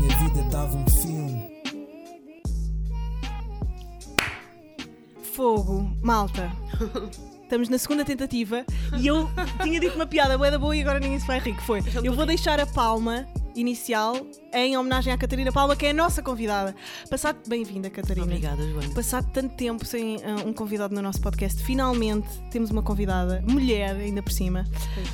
inventava um filme. Fogo, malta. Estamos na segunda tentativa e eu tinha dito uma piada boa da boa e agora ninguém se vai rir. Que foi: eu vou deixar a palma inicial em homenagem à Catarina Paula, que é a nossa convidada. Passado. Bem-vinda, Catarina. Obrigada, Joana. Passado tanto tempo sem ah, um convidado no nosso podcast, finalmente temos uma convidada, mulher ainda por cima.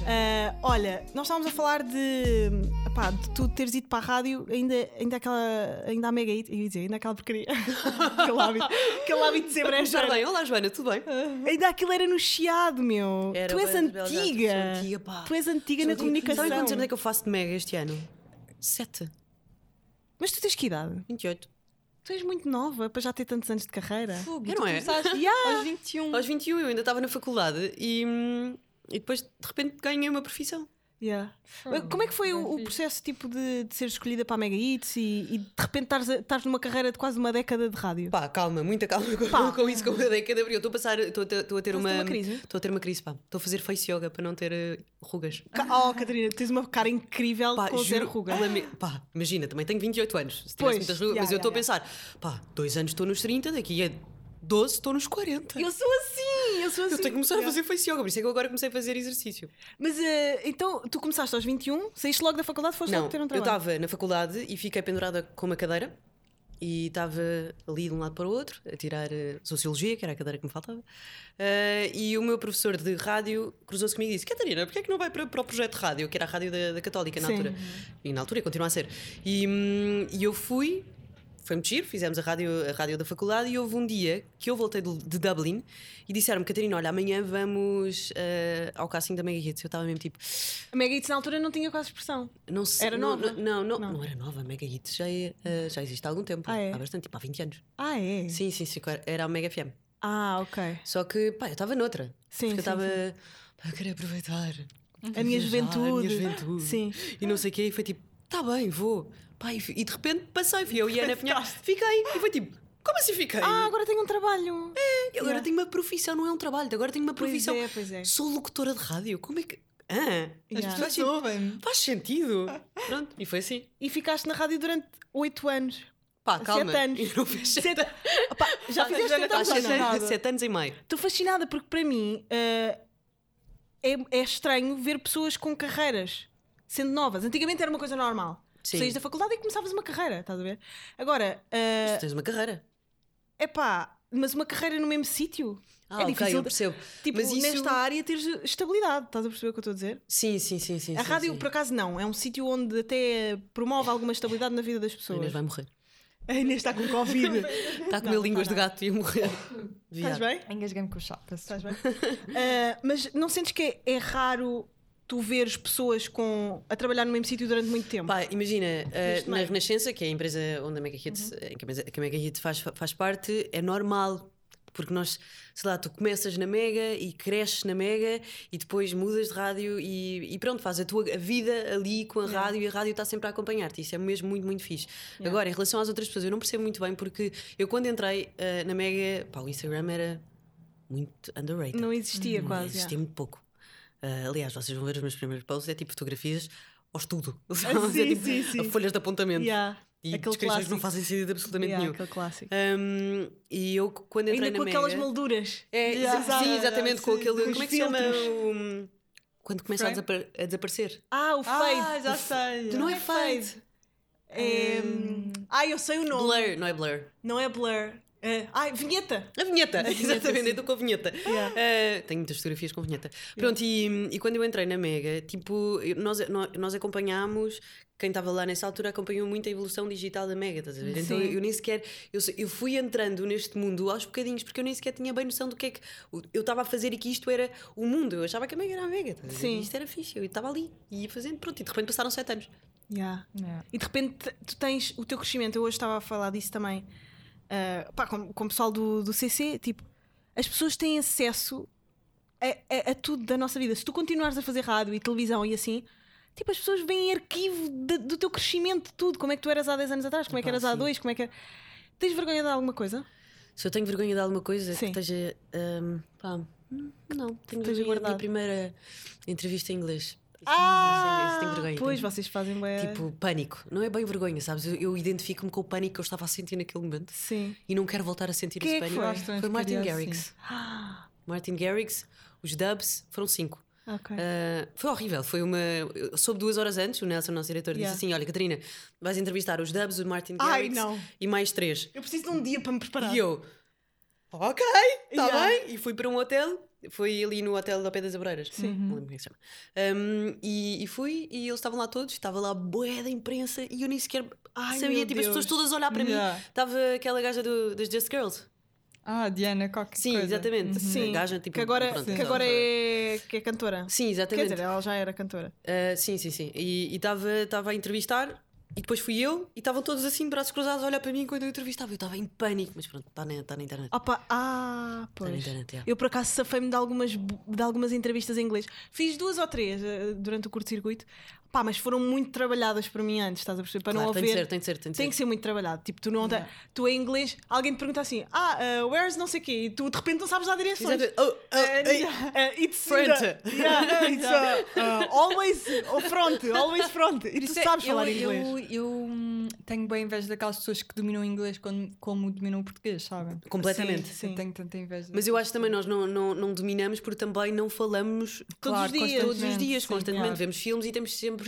Ah, olha, nós estávamos a falar de, epá, de tu teres ido para a rádio, ainda, ainda aquela, ainda a mega, hit- eu ia dizer, ainda aquela porcaria, aquele hábito, aquele hábito de ser Já brejeiro. bem, olá Joana, tudo bem? Ainda aquilo era no chiado, meu. Era tu és bem rebelde, antiga. já sou antiga, pá. Tu és antiga Sou na antiga. comunicação. Sabem quantos anos é que eu faço de mega este ano? Sete. Mas tu tens que idade? 28. Tu és muito nova para já ter tantos anos de carreira. Fogo, É, tu não é? começaste Yeah. aos 21. Aos 21 eu ainda estava na faculdade e, hum, e depois de repente ganhei uma profissão. Yeah. Fogo, Como é que foi bem o, o fixe. processo tipo de, de ser escolhida para a Mega Hits e, e de repente estares a- estares numa carreira de quase uma década de rádio? Pá, calma, muita calma com, Pá. com isso, com uma década abriu. Estou a passar, estou a ter, estou a ter Estás a uma, hum. ter uma crise? Estou a ter uma crise, pá. Estou a fazer face yoga para não ter eh, rugas. Ca- Oh, Catarina, tens uma cara incrível Pá, com zero ruga. lame- pá, imagina, também tenho 28 anos. Se Pois, tivesse muitas rugas, já, mas já, eu estou a já. pensar, pá, dois anos estou nos 30, daqui a 12 estou nos 40. Eu sou assim, eu sou assim. Eu tenho que começar a Yeah. fazer face yoga, por isso é que eu agora comecei a fazer exercício. Mas eh, então, tu começaste aos 21, saíste logo da faculdade, foste Não, logo ter um eu trabalho. estava na faculdade e fiquei pendurada com uma cadeira e estava ali de um lado para o outro a tirar eh, Sociologia, que era a cadeira que me faltava. eh, e o meu professor de rádio cruzou-se comigo e disse: Catarina, porquê é que não vai para, para o projeto de rádio, que era a rádio da, da Católica na Sim. altura? E na altura e continua a ser. E, hum, e eu fui. Foi muito giro, fizemos a rádio, a rádio da faculdade e houve um dia que eu voltei do- de Dublin e disseram-me, Catarina, olha, amanhã vamos eh, ao casting da Mega Hits. Eu estava mesmo tipo, A Mega Hits na altura não tinha quase expressão. não sei. Era não- nova? Não, não, Não. não, era nova. A Mega Hits já, é, eh, já existe há algum tempo. Ah, é? Há bastante, tipo há 20 anos. Ah, é? Sim, sim, sim. claro, Era a Mega FM. Ah, ok. Só que, pá, eu estava noutra. Sim, porque eu sim, estava. Pá, eu queria aproveitar. Uhum. A minha viajar, juventude. A minha juventude. Sim. E não sei o quê. E foi tipo, tá bem, vou. Pá, e, fi- e de repente passei. Fui eu e a Ana Pinheiro. Fiquei. E foi tipo, como assim fiquei? Ah, agora tenho um trabalho. eu agora yeah. tenho uma profissão, não é um trabalho. Agora tenho uma Pois profissão. é, pois é. Sou locutora de rádio. Como é que. Ah, as Yeah. pessoas tipo, ouvem faz sentido. Pronto, e foi assim. E ficaste na rádio durante 8 anos. Pá, Sete calma. anos. Eu não fiz sete Sete- Opa, já Faz fizeste então sete tanto anos, faz sete anos- anos. sete anos e meio. Estou fascinada porque para mim eh, é, é estranho ver pessoas com carreiras sendo novas. Antigamente era uma coisa normal. Tu Sim. Saías da faculdade e começavas uma carreira, estás a ver? Agora, Mas é tu tens uma carreira. epá, mas uma carreira no mesmo sítio Ah, é ok, difícil. eu percebo. Tipo, Mas isso- nesta área teres estabilidade, estás a perceber o que eu estou a dizer? Sim, sim, sim, sim. a sim, rádio, sim. por acaso, não. É um sítio onde até promove alguma estabilidade na vida das A Inês pessoas. vai morrer. A Inês está com Covid. Está a comer línguas de gato e a morrer. Estás bem? Engasguei-me com o chá. peço Estás desculpa. bem? Ah, mas não sentes que é, é raro tu veres pessoas com, a trabalhar no mesmo sítio durante muito tempo? Pá, imagina, eh, Neste na meio. Uhum. Renascença, que é a empresa onde a Mega Hits, eh, que a Mega- que a Mega Hits faz, faz parte, é normal. Porque nós, sei lá, tu começas na Mega e cresces na Mega e depois mudas de rádio e, e pronto, faz a tua vida ali com a Yeah. rádio e a rádio está sempre a acompanhar-te. Isso é mesmo muito, muito fixe. Agora, em relação às outras pessoas, eu não percebo muito bem porque eu quando entrei eh, na Mega, pá, o Instagram era muito underrated. Não existia Não quase. Existia muito pouco. Ah, aliás, vocês vão ver os meus primeiros posts, é tipo fotografias ao estudo. Ah, sim, é tipo sim, sim. folhas de apontamento. Yeah. E Aquele descrições que não clássico. fazem sentido absolutamente Yeah, nenhum. aquele clássico. Ahm, e eu c- quando entrei Ainda na com aquelas Mega- molduras. É, Yeah. sim, sim, Exato, exatamente, com sim, aquele. com os como é que se chama? filtros. o- Quando começa a, Frame? desapa- a desaparecer. Ah, o fade. Ah, já sei. não é fade. É, hum, Ah, eu sei o nome. Blur, não é blur. Não é blur. É- Ah, vinheta. A vinheta, Na vinheta, exatamente, sim. eu estou com a vinheta. Yeah. Ah, tenho muitas fotografias com vinheta. Pronto, e, e quando eu entrei na Mega, tipo, eu- nós, nó- nós acompanhámos, quem estava lá nessa altura acompanhou muito a evolução digital da Mega, estás a ver? Então Sim. eu nem sequer, eu, se- eu fui entrando neste mundo aos bocadinhos, porque eu nem sequer tinha bem noção do que é que o- eu estava a fazer e que isto era o mundo. Eu achava que a Mega era a Mega, estás a ver? Sim. E Isto era fixe, eu estava ali e ia fazendo, pronto, e de repente passaram sete anos. Yeah. Yeah. E de repente tu tens o teu crescimento. Eu hoje estava a falar disso também ah, pá, com, com o pessoal do, do CC. Tipo, as pessoas têm acesso a, a- a tudo da nossa vida. Se tu continuares a fazer rádio e televisão e assim, tipo, as pessoas veem arquivo de- do teu crescimento, de tudo. Como é que tu eras há 10 anos atrás, como é que Epá, eras há sim. 2, como é que. era- Tens vergonha de alguma coisa? Se eu tenho vergonha de alguma coisa Sim. que esteja. ahm, pá, hum, não, tenho Esteja vergonha da guardado. minha primeira entrevista em inglês. Ah, isso tenho vergonha. Pois, tenho- vocês fazem bem. Tipo, pânico. Não é bem vergonha, sabes? Eu, eu identifico-me com o pânico que eu estava a sentir naquele momento Sim. e não quero voltar a sentir Quem esse é que pânico. foi? Gosto também Foi de Martin ficar assim. Garrix. Ah, Martin Garrix, os dubs, foram cinco. ok. Ah, foi horrível, foi uma. eu Soube duas horas antes, o Nelson, nosso diretor, Yeah. disse assim: Olha, Catarina, vais entrevistar os dubs, o Martin Ai, Garrix não. e mais três. Eu preciso de um dia para me preparar. E eu, ok, está Yeah. bem. E fui para um hotel, fui ali no hotel da Pé das Abreiras, Sim. Uhum. não lembro como é que se chama. Um, e, e fui, e eles estavam lá todos, estava lá boé da imprensa, e eu nem sequer Ai, sabia, meu tipo, as Deus. pessoas todas a olhar para Yeah. mim. Estava aquela gaja do, das Just Girls. Ah, Diana, qualquer Sim, coisa. exatamente. Uhum. Sim. gaja, tipo, que agora, é- pronto, que então, agora é, que é cantora. Sim, Quer exatamente. dizer, é- ela já era cantora. Uh, sim, sim, sim. E estava a entrevistar e depois fui eu e estavam todos assim, de braços cruzados, a olhar para mim quando eu entrevistava. Eu estava em pânico, mas pronto, está na, tá na internet. Opa, ah, Está Tá na pois. internet, yeah. Eu por acaso safei-me de algumas, bu- de algumas entrevistas em inglês. Fiz duas ou três eh, durante o curto-circuito. Pá, mas foram muito trabalhadas para mim antes, estás a perceber? Para não Claro, haver. Tem de ser, tem de ser, tem de Tem ser. que ser muito trabalhado. Tipo, tu não. te- Tu em inglês, alguém te pergunta assim: Ah, eh, where's não sei o quê? E tu de repente não sabes dar direções. Exato. Oh, oh, Eh, ei. eh, it's Front. the- yeah, it's, uh, uh, always oh, front, always front. E tu Isso é- sabes eu- falar inglês. Eu, eu, hum, tenho bem inveja daquelas pessoas que dominam o inglês quando- como dominam o português, sabem? Completamente. Sim. Eu tenho tanta inveja. Mas eu acho que também nós não, não, não dominamos porque também não falamos todos os Claro, dias, todos os constantemente, dias, sim, constantemente. claro. Vemos filmes e estamos sempre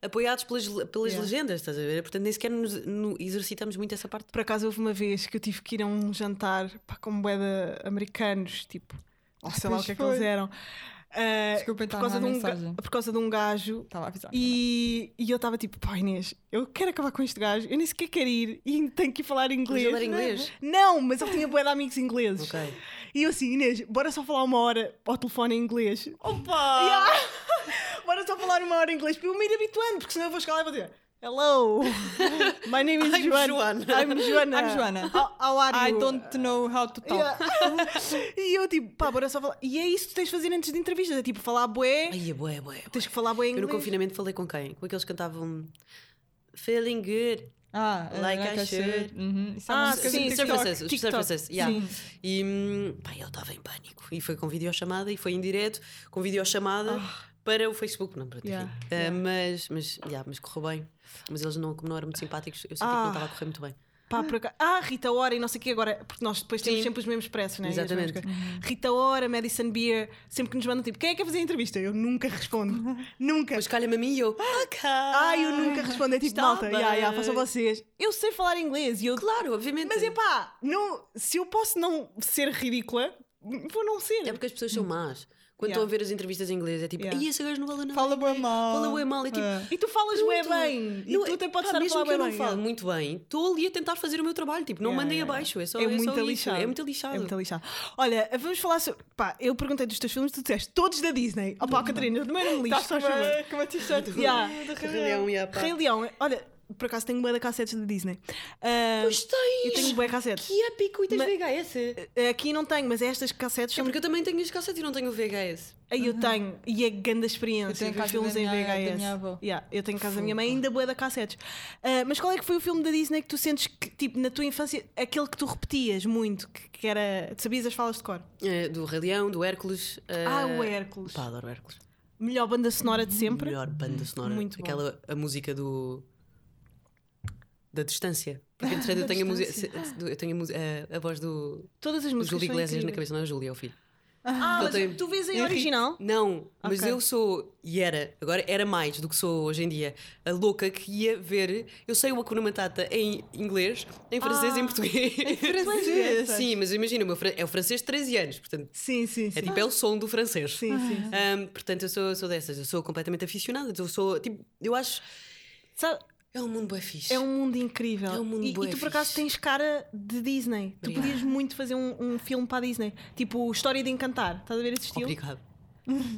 apoiados pelas, pelas Yeah. legendas, estás a ver? Portanto, nem sequer nos, no- exercitamos muito essa parte. Por acaso houve uma vez que eu tive que ir a um jantar pá, com boeda americanos, tipo, ou sei lá o Pois que é que foi. eles eram. Ah, Desculpa, por, então, causa a de um ga- mensagem. Tá por causa de um gajo. Estava a avisar. E, e eu estava tipo, pá Inês, eu quero acabar com este gajo, eu nem sequer quero ir e tenho que ir falar inglês. falar inglês? Não, mas ele tinha bué de amigos ingleses. Ok. E eu assim, Inês, bora só falar uma hora ao telefone em inglês. Opa! Yeah. Bora só falar uma hora em inglês para eu me ir habituando, porque senão eu vou chegar lá e vou dizer Hello, my name is I'm Joana. Joana." I'm Joana. I'm Joana. How, how are I you? don't know how to talk. ah, Yeah. e eu tipo, pá, bora só falar. E é isso que tens de fazer antes de entrevistas: é tipo, falar bué, Ai, é bué, é bué, é bué. tens que falar bué em Eu no inglês. confinamento falei com quem? Com aqueles que cantavam Feeling Good. Ah, Like like I I should. should. Uhum. Isso é Ah, uma música do sim, Sim, TikTok. surfaces, os TikTok. surfaces, yeah. Sim. E hum, pá, eu estava em pânico. E foi com videochamada e foi em direto, com videochamada para o Facebook. Não, para Ah. Yeah, Mas, mas, yeah, mas correu bem. Mas eles não, como não eram muito simpáticos, eu senti que Ah. não estava a correr muito bem. Pá, por acaso. Ah, Rita Ora e não sei o quê agora, porque nós depois temos Sim. sempre os mesmos preços, né? E as Exatamente. mesmas coisas. Rita Ora, Madison Beer, sempre que nos mandam tipo, quem é que vai fazer a entrevista? Eu nunca respondo. nunca. Mas calha-me a mim e eu. Ok. Ai, eu nunca respondo. É tipo, Está malta, bem. ya, ya, façam vocês. Eu sei falar inglês e eu. Claro, obviamente. Mas é pá, não, se eu posso não ser ridícula, vou não ser. É porque as pessoas são más. Quando Yeah. estão a ver as entrevistas em inglês, é tipo, Yeah. ai, esse gajo não fala nada. Fala bué mal. Fala bué mal. É tipo, É. E tu falas bué Pronto. bem. E Não, tu até podes pá, estar a mesmo falar que bem eu não bem. é. falo muito bem, estou ali a tentar fazer o meu trabalho. Tipo, não Yeah, mandei yeah, abaixo. É só É, é só muito isso. lixado. É muito lixado. É muito lixado. Olha, vamos falar sobre. Pá, eu perguntei dos teus filmes, tu disseste todos da Disney. Ó pá, Catarina, eu também não me lixo, Estás só chuva. com uma t-shirt do Yeah. do Rei Rei Leão, yeah, pá. Rei Leão, olha, por acaso tenho bué da cassetes da Disney. Ah, Pois tens! eu tenho bué eh, cassetes. Que épico! E tens Ma- VHS? É Aqui não tenho, mas estas cassetes são. É porque eu também tenho as cassetes e não tenho o VHS. Aí eu tenho, e é grande experiência Ah. Eu tenho ver casa filmes da em minha- da VHS. minha avó. Yeah, eu tenho em casa da minha mãe, ainda boa da cassetes. Ah, mas qual é que foi o filme da Disney que tu sentes que, tipo, na tua infância, aquele que tu repetias muito, que, que era. Tu sabias as falas de cor? É, do Rei Leão, do Hércules. é- ah, o Hércules. Pá, adoro o Hércules. Melhor banda sonora de sempre. Hum, Melhor banda sonora. Muito bom. Aquela a música do. Da distância. Porque entretanto eu tenho, a, música- se- do- eu tenho a, mu- a- a voz do, Todas as do músicas. Júlio são Iglesias na incríveis. cabeça, não é o Júlio, é o filho. Ah, Eu mas tenho- tu vês em Henrique. original? Não, mas Ok. eu sou, e era, agora era mais do que sou hoje em dia, a louca que ia ver. Eu sei o Hakuna Matata em inglês, em francês e em português. Em Ah, francês? é Sim, mas imagina, o meu fran- é o francês de 13 anos, portanto, Sim, sim, sim. é tipo, é o som do francês. Sim, sim. Ahm, portanto, eu sou, sou dessas, eu sou completamente aficionada, eu sou, tipo, eu acho. Sabe, É um mundo bem fixe. é um mundo incrível. É um mundo e, bué e tu por acaso fixe. tens cara de Disney. Tu Obrigada. podias muito fazer um, um filme para a Disney. Tipo, História de Encantar. Estás a ver esse estilo? Obrigado.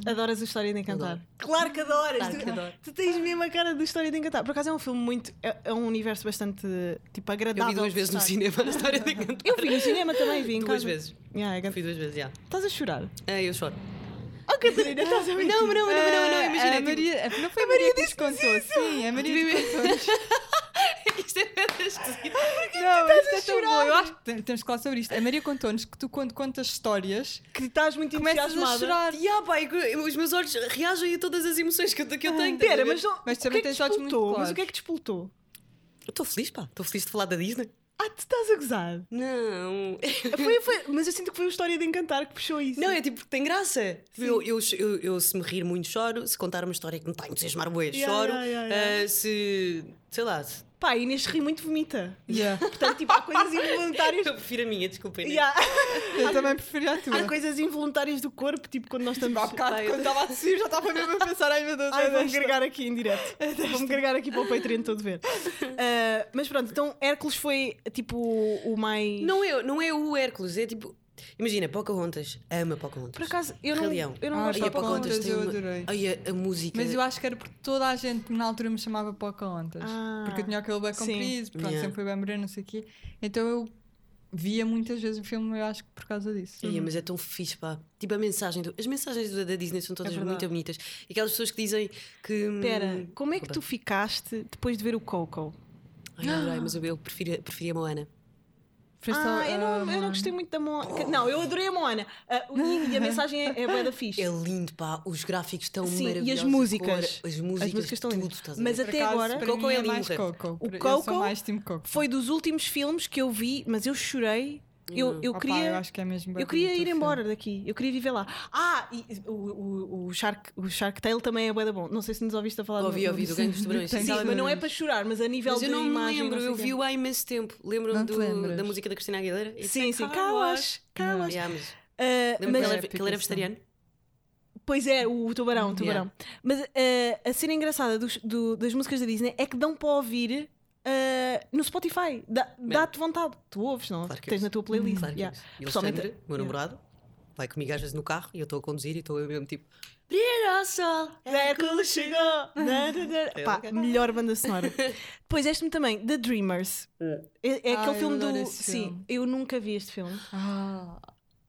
Adoras o História de Encantar? Adoro. Claro que adoras! Claro tu, que adoro. tu tens mesmo a cara do História de Encantar. Por acaso é um filme muito. É, é um universo bastante tipo, Eu agradável. vi duas de vezes no estar. cinema a história de cantar. Eu vi no cinema também, vi em Duas casa. vezes. Yeah, é grande. Fui duas vezes, já. Estás a chorar? Ah, eu choro. Oh, Catarina, estás a Não, mas não, mas não, mas não, não, Ah, imagina. A tipo, Maria, não foi a Maria que nos contou. Sim, a Maria que nos contou. Isto é Não, isto é tão bom. Eu acho que tem- temos que falar sobre isto. A Maria contou-nos que tu, quando contas histórias, Que estás muito começas a entusiasmada. chorar. E ah, pá, e que- os meus olhos reagem a todas as emoções que eu, que eu tenho. estás a Pera, ver? mas não. o Mas que também é que tens te olhos muito expultou? Mas o claros. que é que te expultou? Estou feliz, pá. Estou feliz de falar da Disney. Ah, tu estás a gozar. Não. Foi- foi- mas eu sinto que foi a história de encantar que puxou isso. Não, é tipo, tem graça. Eu, eu, eu, eu, se me rir muito, choro. Se contar uma história que me está a entusiasmar, bué, Yeah, choro. yeah, yeah, yeah. Ah, se. sei lá. se- Pá, a Inês ri muito vomita. Yeah. Portanto, tipo, há coisas involuntárias. Eu prefiro a minha, desculpem. né? Yeah. Eu também preferia a tua. Há coisas involuntárias do corpo, tipo quando nós estamos. Há bocado, Ai, eu- quando estava a descer, já estava mesmo a pensar, ai meu Deus, Ai, é vou-me desta. carregar aqui em direto. Vou-me carregar aqui para o Patreon todo ver. Ah, mas pronto, então Hércules foi tipo o mais. Não, é, não é o Hércules, é tipo. Imagina, Pocahontas. Ama Pocahontas. Por acaso, eu não, Rei Leão. eu não Ah, gosto Ai, de a Pocahontas Pocahontas tem eu uma- adorei. Ai, a, a música. Mas eu acho que era porque toda a gente na altura me chamava Pocahontas. Ah, porque eu tinha aquele bem sim. comprido, pronto, Yeah. sempre foi bem moreno, não sei o quê. Então eu via muitas vezes o filme, eu acho que por causa disso. Uhum. Ai, mas é tão fixe, pá. Tipo, a mensagem. do- As mensagens da, da Disney são todas É verdade. muito bonitas. E aquelas pessoas que dizem que. hum, Pera, como é que Opa. tu ficaste depois de ver o Coco? Ai, adorei, mas eu, eu prefiro, prefiro a Moana. Foi só, ah, eu não, eu ah, não gostei muito da Moana. Não, eu adorei a Moana. Ah, o- e a mensagem é, é bué da fixe. É lindo, pá. Os gráficos estão Sim, e as maravilhosos. a músicas. cor, as músicas. As músicas estão tudo, lindas. estás a Mas ver? por até acaso, agora- para Coco mim é é mais lindo. Coco. O Eu Coco sou mais time Coco. Foi dos últimos filmes que eu vi, mas eu chorei. Eu, Hum. eu Opa, queria. eu acho que é mesmo bem Eu queria bonito o ir filme. embora daqui, eu queria viver lá. Ah, e o, o, o Shark, o Shark Tale também é bué da bom. Não sei se nos ouviste a falar Ouvi, no- ouvi no- do Ganho dos Tubarões. Sim, Sim, Sim, Exatamente. mas não é para chorar, mas a nível Mas de eu não me imagem. lembro, não sei eu quê. vi-o há imenso tempo. Não Lembro-me te do- lembras? da música da Cristina Aguilera. It's Sim, a sim, car wash. calas, Não. calas. Yeah, mas- Ah, Lembro-me mas que ele era- épico que é ele era esse vegetariano. Pois é, o tubarão, o tubarão. Yeah. Mas eh, a cena engraçada dos- do- das músicas da Disney é que dão para ouvir eh, no Spotify. Dá- Dá-te vontade. Tu ouves, não? Claro que Tens ouço. na tua playlist. Claro que yeah. sim. E o Pessoalmente- Alexandre, meu yeah. namorado, vai comigo às vezes no carro e eu estou a conduzir e estou eu mesmo tipo. Brilha o sol! Hércules É chegou! Na, na, É na. Pá, ok. melhor banda sonora. Depois este-me também, The Dreamers. É, é Ai, aquele eu filme do. adoro esse Sim, filme. eu nunca vi este filme. Ah,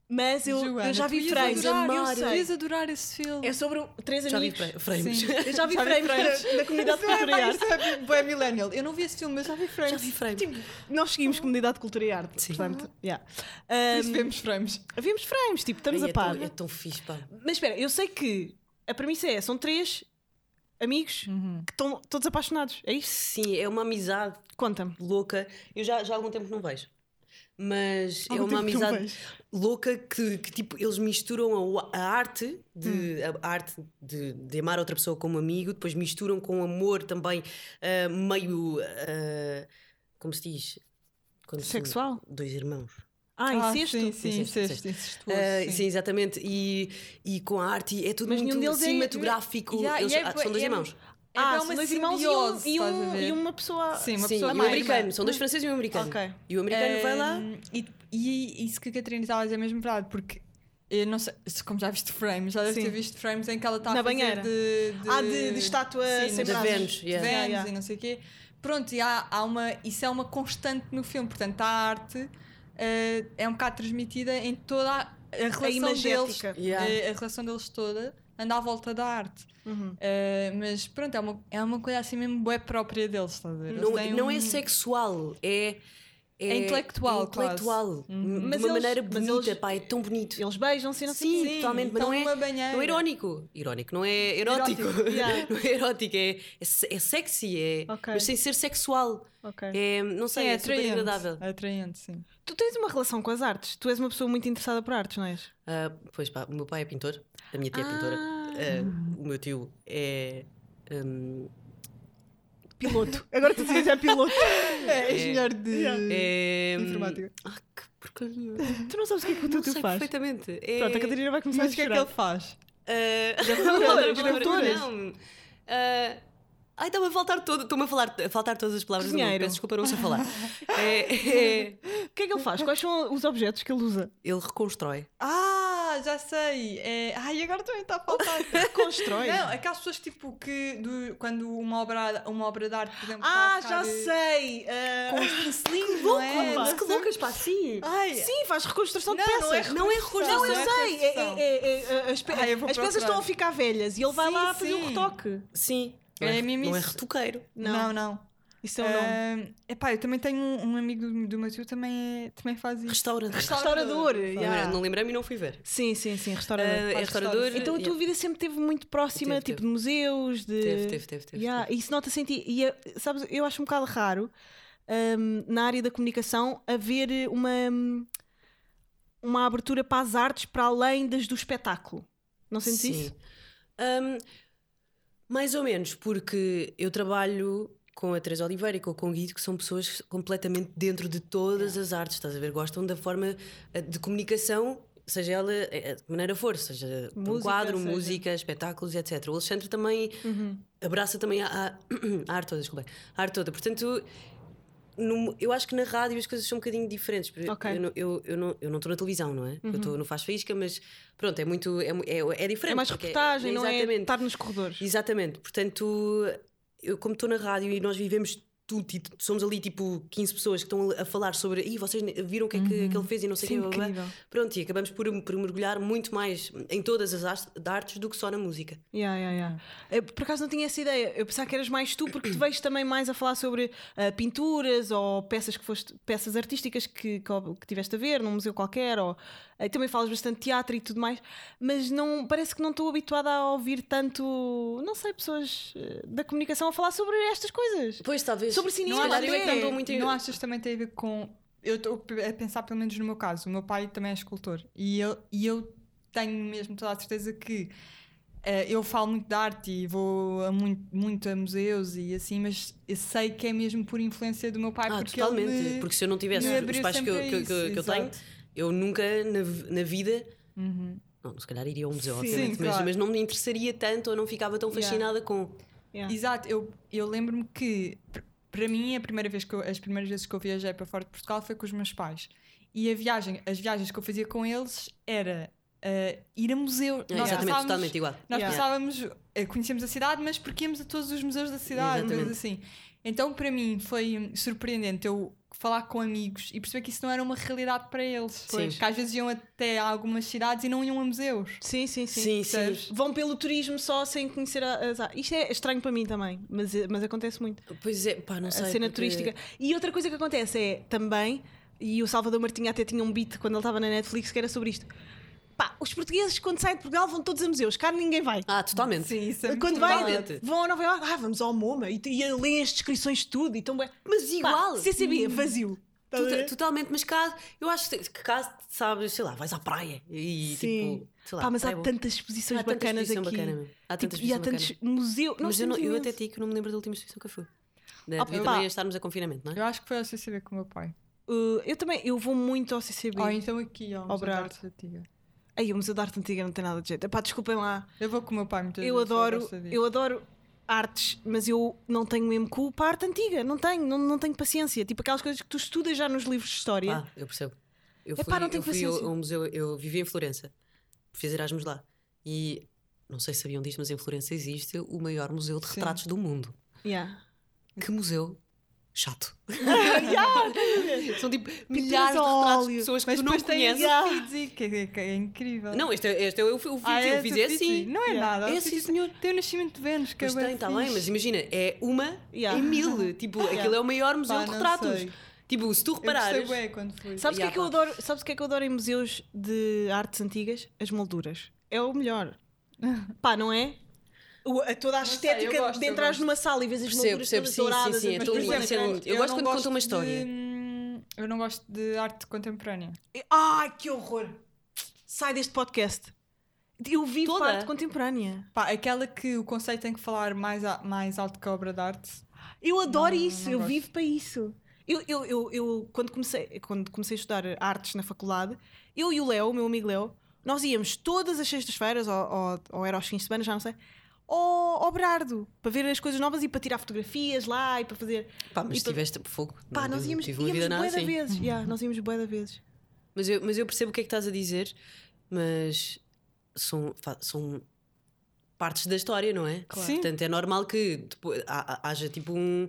Mas eu, Joana, eu já tu vi ias frames. adorar, eu Amar. sei. Tu ias adorar esse filme. É sobre um- três Já vi amigos. fra- frames. Sim. Eu já vi Já frames vi frames. da- da comunidade Isso é- cultura e arte. isso é bué millennial. Eu não vi esse filme, mas já vi frames. Já vi frames. Tipo, nós seguimos comunidade de cultura e arte. Sim. Portanto, yeah. Por Um, isso vemos frames. vimos frames, tipo, estamos Ai, a par. É tão, é tão fixe, pá. Mas espera, eu sei que a premissa é: são três amigos que estão todos apaixonados. É isso? Sim, é uma amizade Conta-me. louca. Eu já, já há algum tempo que não vejo. Mas Há é algum uma tempo que não amizade vejo. louca que, que, tipo, eles misturam a o- a, arte, de, Hum. a arte de, de amar outra pessoa como amigo, depois misturam com amor também ah, meio. ah, como se diz? Quando se- Sexual? Dois irmãos. Ah, incesto? Sim, sim, Incesto, incesto, incestuoso, Ah, sim. sim. exatamente. E, e com a arte é tudo Mas nenhum muito deles é- cinematográfico. Yeah, Eles- e é ah, bué- são dois é- irmãos. É ah, bem são uma dois irmãos e, um- simbiose, e um- estás a ver? e uma pessoa. Sim, uma Sim, pessoa e um mais. Hum, americano. São dois franceses e um americano. Ok. E o americano vai lá. Ahm, E, e isso que a Catarina estava a dizer é mesmo verdade, porque eu não sei, se como já viste frames, já deve Sim. ter visto frames em que ela está a Na fazer banheira. de, de... Ah, de- de estátua Sim, sem de braços. Vênus, Yeah. de Yeah, Vênus yeah. e não sei o quê. Pronto, e há, há uma, isso é uma constante no filme, portanto a arte eh, é um bocado transmitida em toda a, a relação deles. É imagética. Yeah. eh, a relação deles toda anda à volta da arte. Uhum. Eh, mas pronto, é uma, é uma coisa assim mesmo bué própria deles, estás a ver? Eles Não, têm não um- é sexual, é. É intelectual, é intelectual. De Mas uma eles- maneira mas bonita, eles- pá, é tão bonito. Eles beijam-se e não sei Sim, o quê. totalmente, mas estão não é, numa banheira. não é irónico. Irónico, não é erótico. Erótico, yeah. não é erótico, é, é, se- é sexy, é, Ok. mas sem ser sexual. Ok. É, não sei, Sim, é, é super atraente. agradável. É atraente, sim. Tu tens uma relação com as artes. Tu és uma pessoa muito interessada por artes, não és? Ah, pois pá, o meu pai é pintor, a minha tia é Ah. pintora, ah, o meu tio é. hum, Piloto. Agora tu dizes é piloto. É engenheiro de é, hum, informática. Ah, que porcaria. Tu não sabes o que é que o Não teu tu sei faz. perfeitamente. É, Pronto, a Catarina vai começar Mas a o que é que chorar. ele faz? Ah, Gravadoras, não, não, gravadoras. não. Ah, ai, estava a faltar todo, estou-me a, falar- a faltar todas as palavras do mundo. Cozinheiro. Peço desculpa, não sei falar. É, é, O que é que ele faz? Quais são os objetos que ele usa? ele reconstrói. Ah, já sei. É... Ai, agora também está a faltar. Constrói. Não, aquelas pessoas tipo que do- quando uma obra, uma obra de arte, por exemplo, Ah, está a já ficar, eh, sei! Ah, Com os pincelinhos, não Louco, é? mas Não que sei. loucas, pá, sim. Ai, Sim, faz reconstrução de Não, peças. não é Não é reconstrução. Não, eu é sei! é- reconstrução. é- é- é- as pe- Ah, eu vou as peças procurar. estão a ficar velhas e ele vai Sim, lá fazer o sim. retoque. Sim. É Não é, mesmo não é isso. retoqueiro. Não, não. Isso é um nome. é epá, eu também tenho um, um amigo do, do meu tio também, é- também faz isso. Restaurador. Restaurador. Olha, yeah. Não lembrei-me e não fui ver. Sim, sim, sim, restaurador. Ah, é restaurador. Então a tua yeah. vida sempre teve muito próxima, Teve, tipo de teve. museus, de. Teve, teve, teve. teve, Yeah, teve. Isso nota-se em ti. E eh, sabes, eu acho um bocado raro hum, na área da comunicação haver uma, hum, uma abertura para as artes para além das do espetáculo. Não sentes Sim. isso? Hum, mais ou menos, porque eu trabalho com a Teresa Oliveira e com o Conguito, que são pessoas completamente dentro de todas as artes, estás a ver? Gostam da forma eh, de comunicação, seja ela eh, de maneira for, seja por um Música, quadro, seja- Uhum. música, espetáculos, etc. O Alexandre também abraça também a, a- a arte toda, desculpem, a arte toda. Portanto, no- eu acho que na rádio as coisas são um bocadinho diferentes. porque Ok. Uhum. Eu, não- eu, eu não eu não estou na televisão, não é? Eu estou no Faz Faísca, mas pronto, é muito. É, mu- é, é diferente. É mais porque reportagem, não é exatamente, Tá- estar nos corredores. Exatamente. Portanto, eu como estou na rádio e nós vivemos tudo, e t- somos ali tipo 15 pessoas que estão a falar sobre. E vocês ne- viram o que é que, Uhum. que ele fez e não sei o Sim, que. blá, blá, blá." incrível. Pronto, e acabamos por, por mergulhar muito mais em todas as ars- artes do que só na música. Yeah, yeah, yeah. Eu, por acaso não tinha essa ideia. Eu pensava que eras mais tu, porque te vejo também mais a falar sobre ah, pinturas ou peças que foste, peças artísticas que, que, ob- que tiveste a ver num museu qualquer, ou ah, também falas bastante de teatro e tudo mais, mas não parece que não estou habituada a ouvir tanto, não sei, pessoas ah, da comunicação a falar sobre estas coisas. Pois, talvez. Sobre cinema, Se Não, calhar achas eu é que não que- dou muito em- não achas que também tem a ver com. Eu estou a pensar, pelo menos no meu caso, o meu pai também é escultor e eu, e eu tenho mesmo toda a certeza que eh, eu falo muito de arte e vou a muito, muito a museus e assim, mas eu sei que é mesmo por influência do meu pai, Ah, porque totalmente. ele me- Porque se eu não tivesse me os abriu pais que eu, sempre que eu- a que eu- isso, que eu tenho, exato. eu nunca na, vi- na vida. Uhum. Não, se calhar iria a um museu, Sim, obviamente, mas, claro. mas não me interessaria tanto ou não ficava tão Yeah. fascinada com. Ah. Yeah. Exato, eu, eu lembro-me que pr- para mim a primeira vez que eu- as primeiras vezes que eu viajei para fora de Portugal foi com os meus pais. E a viagem, as viagens que eu fazia com eles era ah, ir a museu. É, Nós exatamente, passávamos- totalmente igual. Nós Yeah. passávamos, eh, conhecíamos a cidade, mas porque íamos a todos os museus da cidade, coisas assim. Então, para mim, foi hum, surpreendente eu falar com amigos e perceber que isso não era uma realidade para eles. Pois. Que às vezes iam até a algumas cidades e não iam a museus. Sim, sim, sim. Sim, sim. Percebes? Vão pelo turismo só sem conhecer a- as artes. Isto é estranho para mim também, mas, eh, mas acontece muito. Pois é, pá, não sei. a cena porque- turística. E outra coisa que acontece é também, e o Salvador Martinha até tinha um beat quando ele estava na Netflix que era sobre isto. Pá, os portugueses quando saem de Portugal vão todos a museus, cá ninguém vai. Ah, totalmente. Sim, isso é muito quando verdade. vai, totalmente. vão a Nova Iorque, ah, vamos ao MoMA e, e leem as descrições de tudo e tão bem. Mas igual. Hum. Pá, CCB, vazio. Estás a Tota- ver? totalmente, mas caso, eu acho que que caso, sabes, sei lá, vais à praia Sim. e tipo, sei lá, Pá, mas há praia é bom. tantas exposições Há tanta bacanas exposição aqui. bacana, meu. Há tanta Tipo, e há exposição tantos museus. mas eu, não, eu até até digo que não me lembro da última exposição que eu fui. Da Ah, devido pá. também a estarmos a confinamento, não é? Eu acho que foi ao CCB com o meu pai. Uh, eu também, eu vou muito ao CCB. Ou então aqui, ao Museu de Brado. Arte Antiga. Aí o Museu da Arte Antiga não tem nada de jeito. Pá, desculpem lá. Eu vou com o meu pai muitas eu vezes. ele adoro, gosta disso. eu adoro artes, mas eu não tenho mesmo cu para a arte antiga, não tenho, não, não tenho paciência. Tipo aquelas coisas que tu estudas já nos livros de história. Pá, eu percebo. Eu Epá, fui, não tenho eu fui ao, paciência. ao museu, eu vivi em Florença, fiz Erasmus lá. E não sei se sabiam disto, mas em Florença existe o maior museu de Sim. retratos do mundo. Yeah. Que museu chato. Yeah, São tipo milhares de retratos de óleo. pessoas que Mas tu não depois tem conheces. o Fidzi, que, é- que é incrível. Não, este, é- este é o, o Fidzi. Ah, é o Fidzi do é Fidzi. assim. Não é Yeah. nada. É o assim, Fidzi senhor. Tem o nascimento de Vênus, que Mas é bem tem, está bem, fixe. mas imagina, é uma Yeah. em mil. Tipo, aquilo é o maior museu Pá, de não retratos. sei. Tipo, se tu Eu gostei reparares. bué quando fui. Sabes o que é Yeah, que eu pá. adoro? Sabes o que é que eu adoro em museus de artes antigas? As molduras. É o melhor. Pá, não é? O- a toda a sei, estética eu gosto, de eu entrares gosto. numa sala e vês as Percebo, molduras percebo, todas douradas. sim, sim, sim, e- é mas tão por lindo, exemplo, isso é lindo. eu gosto não quando contam uma história. de- hum, eu não gosto de arte contemporânea. Ai, que horror! Sai deste podcast. Eu vi Toda? parte contemporânea. Pá, aquela que o conceito tem que falar mais, a- mais alto que a obra de arte. Eu adoro Ah, Não, não isso, eu gosto. vivo para isso. Eu, eu, eu, eu, quando, comecei, quando comecei a estudar artes na faculdade, eu e o Léo, o meu amigo Léo, nós íamos todas as sextas-feiras, ou, ou, ou era aos fins de semana, já não sei, ao, ao Berardo, para ver as coisas novas e para tirar fotografogo lá e para fazer. Pá, mas E para- tiveste fogo. Pá, Não, nós eu íamos, tive uma vida íamos nada bué da assim. vezes. Yeah, nós íamos bué da vezes. Mas eu, mas eu percebo o que é que estás a dizer, mas são, fa- são partes da história, não é? Claro. Sim. Portanto, é normal que depois, ha- ha- haja tipo um.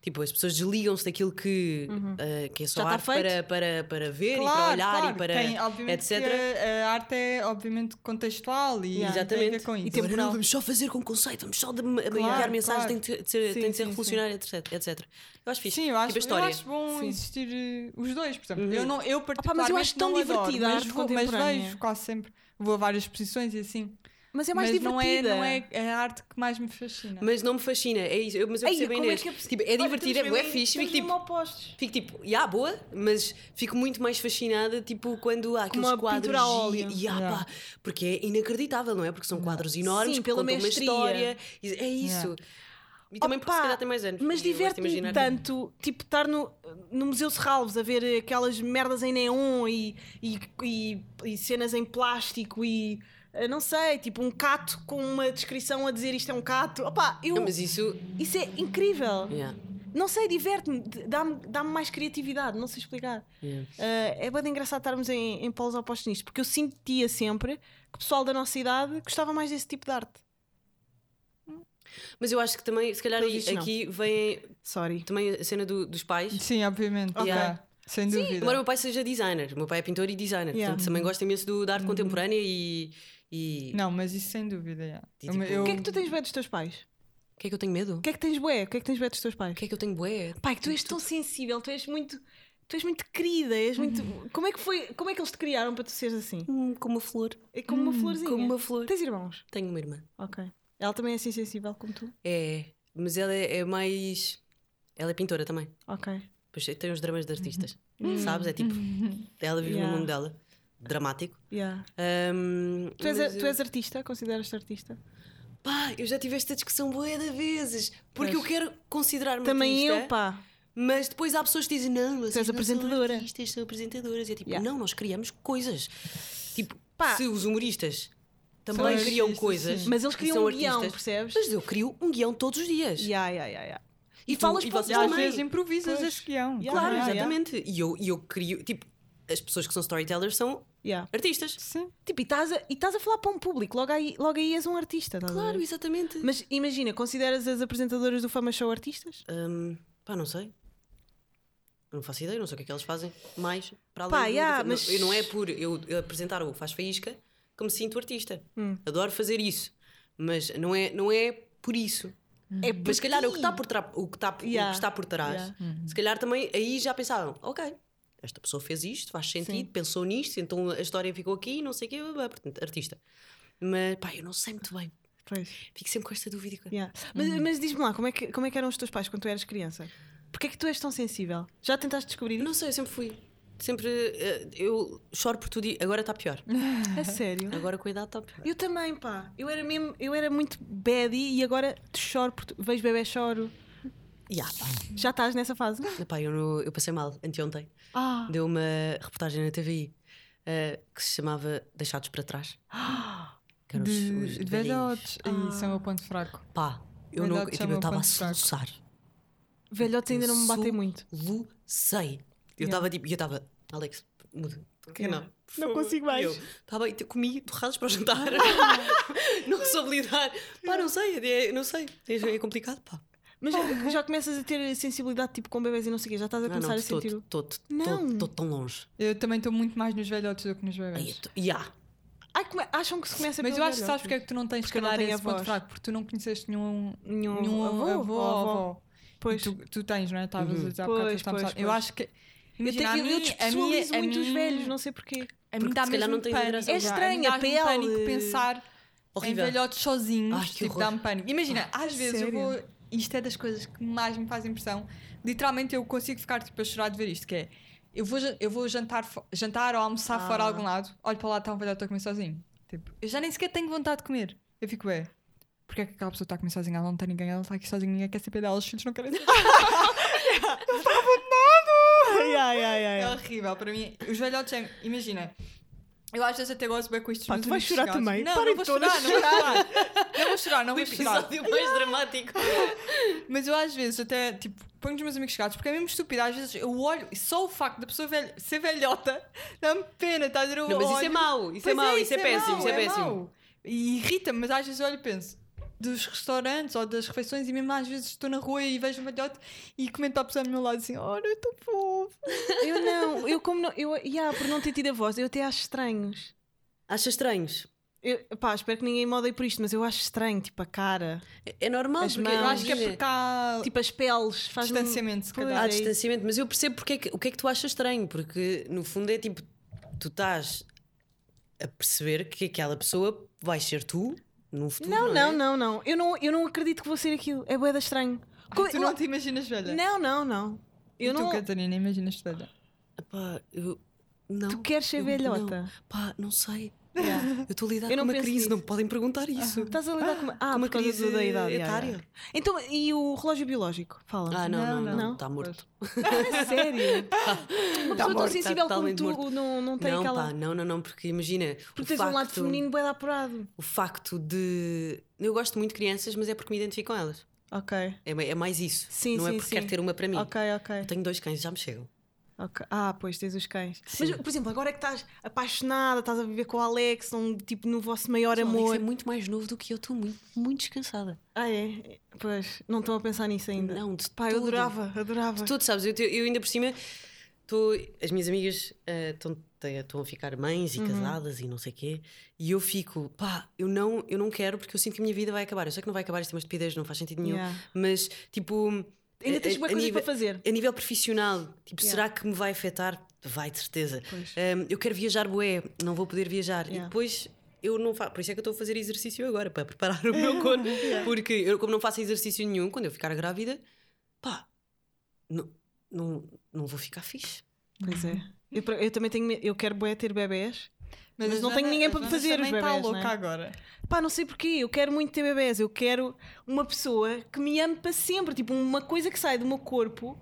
Tipo, as pessoas desligam-se daquilo que, Uhum. eh, que é só Já tá arte feito? para, para, para ver Claro, É, e para olhar claro. e para Tem, obviamente etc. que a- a arte é obviamente contextual e Yeah. tem a ver Exatamente. com isso. E tem- Agora temporal. não vamos só fazer com conceito, vamos só de maior mensagem, claro. tem de de ser, Sim, tem de ser sim, revolucionário, etc, etc. Eu acho fixe. Sim, eu acho, tipo a eu história. acho bom Sim. Uhum. existir eh, os dois, por exemplo. Eu, não, eu eu particularmente acho tão não adoro, divertida a mas arte vou- mas contemporânea. vejo quase sempre. Vou a várias exposições e assim. Mas é mais mas não é, divertida. não é a arte que mais me fascina. Mas não me fascina, é isso. Eu- mas eu Ei, percebo a como Inês. que Tipo, É, poss- Olha, divertido, é estamos bué mesmo- fixe. Fico estamos tipo, mesmo opostos. fico tipo, yeah, boa, mas fico muito mais fascinada tipo, quando há Com aqueles uma quadros. pintura a óleo. gi- yeah, Yeah. pá, porque é inacreditável, não é? Porque são quadros enormes, Sim, que pela contam uma mestria. história. e- É isso. Yeah. E também porque Opa, se calhar tem mais anos. Mas eu gosto de diverte-me imaginar- tanto, tipo, estar no, no Museu Serralves a ver aquelas merdas em neon e, e, e- e cenas em plástico e. eh, Não sei, tipo um cato com uma descrição a dizer isto é um cato. Opa, eu, tipo, Não, mas isso. isso é incrível. Yeah, Não sei, diverte-me, d- dá-me dá mais criatividade, não sei explicar. yeah. Eh, é bem engraçado estarmos em, em polos opostos nisto, porque eu sentia sempre que o pessoal da nossa idade gostava mais desse tipo de arte. Mas eu acho que também, se calhar, Pelo visto, não. aqui vem Sorry. também a cena do- dos pais. Sim, obviamente. Ok. yeah, Sem dúvida. Embora o meu pai seja designer, o meu pai é pintor e designer, Yeah. Uhum. portanto também gosta imenso do, da arte contemporânea e. e- Não, mas isso sem dúvida. yeah. E, Eu- tipo, eu- O que é que tu tens bem dos teus pais? O que é que eu tenho medo? O que é que tens bué? O que é que tens bué dos teus O pais? que é que eu tenho bué? Pai, que tu és tão sensível, tu és muito, tu és muito querida, és muito. Como é que foi? Como é que eles te criaram para tu seres assim? Hum, como uma flor. É como uma florzinha. Como uma flor. Tens irmãos? Tenho uma irmã. Ok. Ela também é assim sensível como tu? É, mas ela é, é mais. Ela é pintora também. Ok. Pois é, tem uns dramas de artistas. Sabes? É tipo. Ela vive Uhum. Yeah. no mundo dela. Dramático. Yeah. Ahm, Tu, és, mas, tu és artista? Consideras-te artista? Pá, eu já tive esta discussão bué de vezes. Porque Pois. eu quero considerar-me Também artista. eu, pá. Mas depois há pessoas que dizem: Não, vocês és não apresentadora." São artistas, são apresentadoras. E é tipo: Yeah. Não, nós criamos coisas. Tipo, Pá. se os humoristas também artistas, criam coisas. sim. Mas eles e criam são um guião, artistas, percebes? Mas eu crio um guião todos os dias. Yeah, yeah, yeah, yeah. E, tu- falas e para vocês vocês às também. vezes improvisas Pois. este guião. Yeah. Claro, Ah, yeah. exatamente. E eu, e eu crio. Tipo, as pessoas que são storytellers são yeah. artistas. Sim. Tipo, e estás a, e estás a falar para um público, logo aí, logo aí és um artista, estás a Claro, ver? exatamente. Mas imagina, consideras as apresentadoras do Fama Show artistas? Hum, pá, não sei. Não faço ideia, não sei o que é que eles fazem mais para além Pá, do- yeah, não, mas- eu não é por eu, eu apresentar o Faz Faísca que me sinto artista. Hum. Adoro fazer isso, mas não é, não é por isso. É por Mas se calhar o que ti. está por, tra- o que está, o que Yeah, está por trás, yeah. se calhar também aí já pensaram, ok, esta pessoa fez isto, faz sentido, pensou nisto, então a história ficou aqui, não sei o quê, blá, blá, portanto, artista. Mas pá, eu não sei muito bem. Pois. Fico sempre com esta dúvida. Yeah. Mas, Uhum. mas diz-me lá, como é, que, como é que eram os teus pais quando tu eras criança? Porquê é que tu és tão sensível? Já tentaste descobrir? Eu Não sei, eu sempre fui. Sempre. eh, Eu choro por tudo e agora está pior. A sério? Agora com a idade está pior. Eu também, pá. Eu era mesmo, eu era muito baddie e agora te choro, por tu- vejo bebê choro. Yeah, pá. Já estás nessa fase? Epá, eu, no- eu passei mal anteontem. Ah, Deu uma reportagem na TVI eh, que se chamava Deixados para Trás. Que eram os- os De velhinhos. velhotes. E Isso é o Ah. meu ponto fraco. Pá, eu Velhotes não. eu, Tipo, eu chamam estava a ponto fraco. soluçar. velhotes ainda não me batem muito. Lucei. Yeah. Eu estava tipo. e Eu estava. Alex, muda. Que Yeah. Não, por Não favor. consigo mais. Eu, tá bem, te- comi torrados para o jantar. não soube lidar. Pá, não sei, é, não sei. É, é complicado, pá. Mas já, já começas a ter sensibilidade tipo com bebês e não sei o quê, já estás a começar a sentir. o- Não. Estou tão longe. Eu também estou muito mais nos velhotes do que nos Ai, eu bebés. tô- Ya. Ai, come- acham que se começa Mas pelo eu acho que velhote. sabes porque é que tu não tens, se Porque eu não calhar, tenho esse ponto avós. fraco. Porque tu não conheceste nenhum, Nenhum, nenhum avô, avô, ou avó. avó. Pois. Tu, tu tens, não é? Estavas a dizer há Pois, bocado que estávamos pois, a- Eu pois. acho que. Eu, tenho, Imagina, a eu mim- a mim- desvisualizo a muito os mim- velhos, não sei porquê. A Porque mim dá se calhar mesmo não tens pânico. geração. É estranha, a mim dá-me pele. pânico pensar Horrível. em velhotes sozinhos. Ai, que tipo, horror. dá-me pânico. Imagina, às vezes sério? eu vou. Isto é das coisas que mais me faz impressão. Literalmente eu consigo ficar tipo, a chorar de ver isto, que é. Eu vou, jan- eu vou jantar, fo- jantar ou almoçar Ah. fora a algum lado, olho para lá, está um velhote a comer sozinho. Tipo, eu já nem sequer tenho vontade de comer. Eu fico, é. Porque é que aquela pessoa está a comer sozinha? Ela não tem ninguém, ela está aqui sozinha, ninguém quer saber dela, os filhos não querem saber. ai, ai, ai. É horrível para mim. Os velhotes, é- imagina. Eu às vezes até gosto bem com isto. Pá, tu vais chorar também? Não, Parem não vou todas chorar, não vou chorar. Não vou chorar, não O vou chorar. Um episódio mais dramático. Mas eu às vezes até, tipo, ponho os meus amigos chegados, porque é mesmo estúpido. Às vezes eu olho e só o facto da pessoa velha- ser velhota dá-me pena, estás a ver? Eu Não, mas isso olho- é mau, isso é Pois mau, isso é péssimo, mau, isso é péssimo. mau. E irrita-me, mas às vezes eu olho e penso: dos restaurantes ou das refeições e mesmo às vezes estou na rua e vejo um velhote e comento a pessoa do meu lado assim, olha, eu estou fofo. Eu não, eu como não, eu, yeah, por não ter tido a voz, eu até acho estranhos. Achas estranhos? Eu, pá, espero que ninguém me odeie por isto, mas eu acho estranho, tipo a cara, É- É normal, As porque mãos. Eu acho que é imagina, porque há tipo as peles, faz distanciamento, se Pois. calhar. há é isso. distanciamento, mas eu percebo porque é que, o que é que tu achas estranho, porque no fundo é tipo, tu estás a perceber que aquela pessoa vai ser tu no futuro. Não, não, Não, é? não, não. Eu não, eu não acredito que vou ser aquilo. É boeda estranho. Co- Ai, Ah, tu não te imaginas velha. não, não, não. Eu E tu, não. Catarina, imaginas-te velha. Epá, eu. Não. Tu queres ser Eu- velhota? Não. Pá, não sei. Yeah. Eu estou a lidar Eu com não uma penso crise, nisso. não me podem perguntar isso. Estás a lidar com uma, ah, com uma por causa crise do- da idade. yeah, etária. yeah. Então, e o relógio biológico? Fala. Ah, não, Não, não, não. não. Está morto. É sério? Uma pessoa Tá tão morto, sensível tá como totalmente tu morto. não, não tem não, aquela. pá, não, não, não, porque imagina. Porque o tens um lado facto- feminino bem apurado. O facto de. Eu gosto muito de crianças, mas é porque me identifico com elas. Ok. É, ma- é mais isso. Sim, não sim, é porque sim. quero ter uma para mim. Ok, ok. Eu tenho dois cães, já me chegam. Ok. Ah, pois tens os cães. Sim. Mas, por exemplo, agora é que estás apaixonada, estás a viver com o Alex, estão tipo no vosso maior O Alex amor. é muito mais novo do que eu, estou muito, muito descansada. Ah, é? Pois, não estão a pensar nisso ainda. Não, de Pá, eu todo. adorava, adorava. Tudo, sabes? Eu, te- eu ainda por cima. Tô, as minhas amigas eh, estão a ficar mães Uhum. e casadas e não sei quê, e eu fico, pá, eu não, eu não quero porque eu sinto que a minha vida vai acabar. Eu sei que não vai acabar, isto é uma estupidez, não faz sentido nenhum, Yeah. mas tipo. Ainda a- tens a- boas a coisas nível- para fazer. A nível profissional, tipo, Yeah. será que me vai afetar? Vai, de certeza. Pois. Um, eu quero viajar, boé, não vou poder viajar. E Yeah. depois eu não faço. Por isso é que eu estou a fazer exercício agora, para preparar o meu corpo. Porque eu, como não faço exercício nenhum, quando eu ficar grávida, pá, não, não, não vou ficar fixe. Pois é. Eu, pra- eu também tenho. me- Eu quero bué ter bebés. Mas a não tenho Joana- ninguém a para me Joana fazer os também tá bebés, louca não é? agora. Pá, não sei porquê. Eu quero muito ter bebés. Eu quero uma pessoa que me ame para sempre. Tipo, uma coisa que sai do meu corpo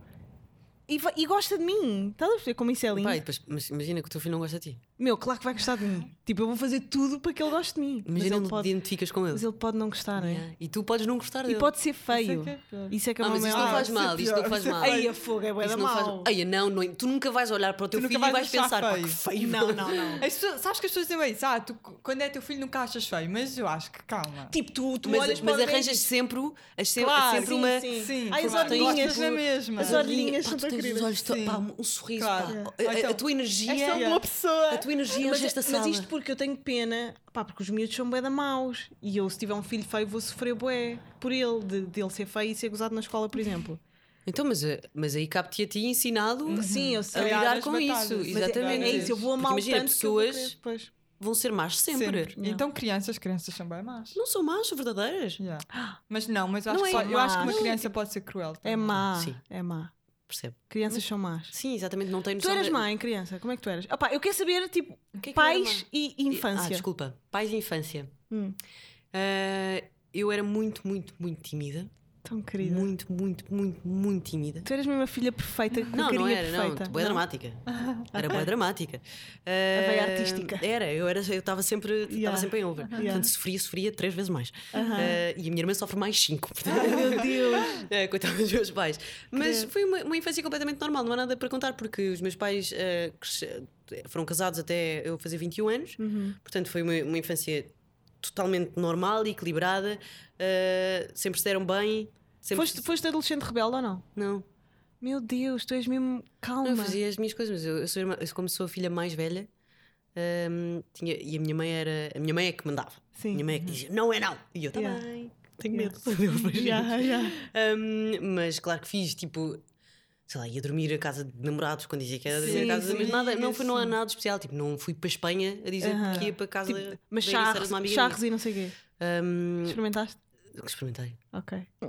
e, va- e gosta de mim. Estás a perceber como isso é lindo? Pá, e depois, mas imagina que o teu filho não gosta de ti. Meu, claro que vai gostar de mim. Tipo, eu vou fazer tudo para que ele goste de mim. Mas Imagina ele, ele te pode, identificas com ele. mas ele pode não gostar, não é? Yeah. E tu podes não gostar E dele. pode ser feio. Isso é que é pior. Isso é que é Ah, uma mas isso maior- não faz isso é mal, isto pior, não faz isso é mal. pior. Ai, a fogo é bué da Isso não faz mal. mal. Ai, não, não, tu nunca vais olhar para o teu nunca filho e vais vais pensar, achar pá, feio. que feio. Não, não, não. As pessoas- sabes que as pessoas dizem isso, ah, tu, quando é teu filho nunca achas feio, mas eu acho que calma. Tipo, tu, tu Mas, olhas mas para alguém e arranjas sempre, as sempre, Claro, sim, sempre uma. sim. Ai, Ai, as claro, orelhinhas. gostas da mesma. As orelhinhas Pá, são tu tão tens os queridas. olhos, to- Sim. pá, um sorriso, Claro. pá. Ah, Yeah. A- a- A, Então, tua energia, Esta é uma boa pessoa. a tua energia Mas, enche esta mas sala. isto porque eu tenho pena, pá, porque os miúdos são bué da maus. E eu, se tiver um filho feio, vou sofrer bué por ele, de, de ele ser feio e ser gozado na escola, por exemplo. Então, mas, eh, mas aí cabe-te a ti ensinado. Sim, eu A sei. Aliás, lidar as com batatas. isso, Mas Mas é- exatamente. É, isso, eu vou amar Porque imagina, tanto que eu vou pessoas querer, pois. vão ser más sempre. Sempre. Então crianças, crianças são bem más. Não são más, são verdadeiras. Yeah. Mas não, mas eu acho, Não que, é só- eu acho que má. uma Não, criança pode ser cruel. É também. má, Sim. é má. Percebe? Crianças são más. Sim, exatamente. Não tem Tu noção. eras de- má em criança? Como é que tu eras? Ah, pá, eu quero saber, tipo, que é que eu era pais má? e E- infância. Ah, desculpa. Pais e infância. Hum. Ah, eu era muito, muito, muito tímida. Tão querida. Muito, muito, muito, muito tímida. Tu eras mesmo a filha perfeita, com Não, a não carinha era, perfeita. não. Boa dramática. Era boa dramática. Eh, A veia artística. Era, eu era, eu estava sempre, estava Yeah. sempre em over. Portanto, sofria, sofria três vezes mais. Eh, e a minha irmã sofre mais cinco. Meu Deus. É, coitado dos meus pais. Mas foi uma, uma infância completamente normal, não há nada para contar, porque os meus pais eh, cresce- foram casados até eu fazer 21 Hum. anos, Uhum. portanto foi uma, uma infância totalmente normal e equilibrada, eh, sempre se deram bem. Sempre Foste, foste adolescente rebelde ou não? Não, Meu Deus, tu és mesmo calma. não, eu fazia as minhas coisas, mas eu, eu sou irmã- eu como sou a filha mais velha. ehm, tinha, e a minha mãe era a minha mãe é que mandava Sim. a minha mãe é que dizia não é não e eu também Yeah. tenho Yeah. medo Deus, beijinhos. Yeah, yeah. Um, mas claro que fiz, tipo, sei lá, ia dormir a casa de namorados quando dizia que era dormir Sim, a casa, sim, mas nada, não, foi, não há sim. nada de especial, tipo, não fui para a Espanha a dizer Aham. que ia para a casa Tipo, mas da Iriceira charros, de uma amiga charros e não sei o quê. minha. Um, Experimentaste? experimentei. Ok. Hum.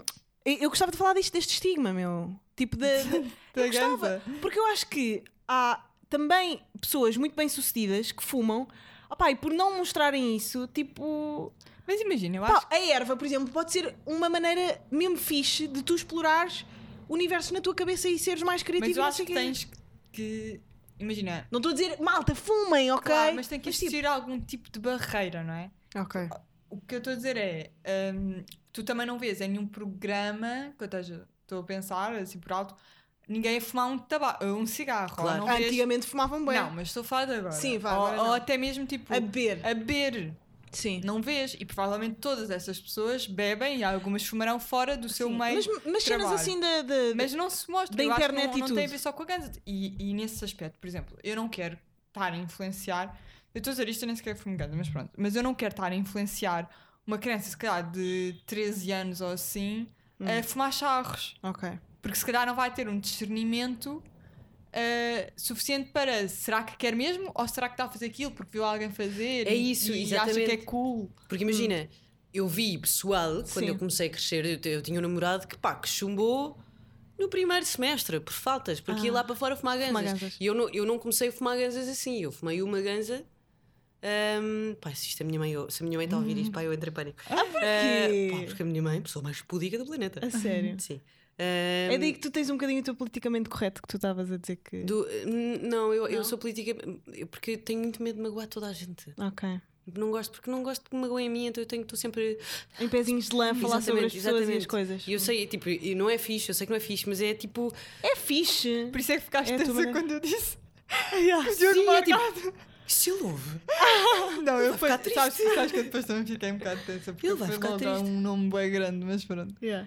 Eu eu gostava de falar disto, deste estigma, meu. Tipo, da. Da da eu gostava. ganza. Porque eu acho que há também pessoas muito bem-sucedidas que fumam. Opá, e por não mostrarem isso, tipo. Mas imagina, eu Pá, acho a erva, por exemplo, pode ser uma maneira mesmo fixe de tu explorares universos na tua cabeça e seres mais criativo. Mas eu e não acho sei que quê. tens que. Imagina. Não estou a dizer, malta, fumem, ok? Claro, mas tem que tipo- existir algum tipo de barreira, não é? Ok. O que eu estou a dizer é. hum, tu também não vês em nenhum programa que eu esteja- estou a pensar, assim por alto, ninguém a fumar um, taba- um cigarro. ou Claro. Não, vês- Antigamente fumavam bem. não, mas estou a falar de agora. Sim, vá, ou, agora ou não. até mesmo tipo. A beber. a beber. Sim. não vês. E provavelmente todas essas pessoas bebem e algumas fumarão fora do seu meio. Mas, mas de cenas trabalho. assim da. da- Mas não se mostra. da Eu acho que internet não, e não tem a tudo. ver só com a ganza. E, e nesse aspecto, por exemplo, eu não quero estar a influenciar. Eu estou a dizer isto, eu nem sequer fui ganza, mas pronto. Mas eu não quero estar a influenciar uma criança, se calhar, de 13 anos ou assim, Hum. a fumar charros. Ok. Porque se calhar não vai ter um discernimento eh, suficiente para será que quer mesmo ou será que está a fazer aquilo porque viu alguém fazer É e, isso, e acha exatamente. que é cool. Porque imagina, eu vi pessoal, quando Sim. eu comecei a crescer, eu, te- eu tinha um namorado que pá, que chumbou no primeiro semestre, por faltas, porque ia lá para fora fumar ganzas. Ah. Fumar é ganzas. E eu não, eu não comecei a fumar ganzas assim, eu fumei uma ganza. hum, pá, se, isto a minha mãe, ou- se a minha mãe está a ouvir isto, pá, eu entrei em pânico. Ah, Hum. porquê? porque a minha mãe, é a pessoa mais pudica do planeta. A sério. Sim. Hum, É daí que tu tens um bocadinho o teu politicamente correto que tu estavas a dizer que. Do- n- não, eu, eu sou política eu- porque eu tenho muito medo de magoar toda a gente. Ok. Não gosto, porque não gosto que me magoem a mim, então eu tenho, estou sempre. Em pezinhos de lã, falar sobre as pessoas Exatamente, e as exatamente. coisas. E eu sei, tipo, e não é fixe, eu sei que não é fixe, mas é tipo. É fixe. Por isso é que ficaste É a tua tensa maneira. quando eu disse. Yeah. Diogo Sim, é tipo- Morgado. Se ele ouve, Não, eu depois, ficar triste. sabes, sabes que eu depois também fiquei um bocado tensa porque Ele vai foi ficar logo a triste. um nome bem grande, mas pronto. Yeah.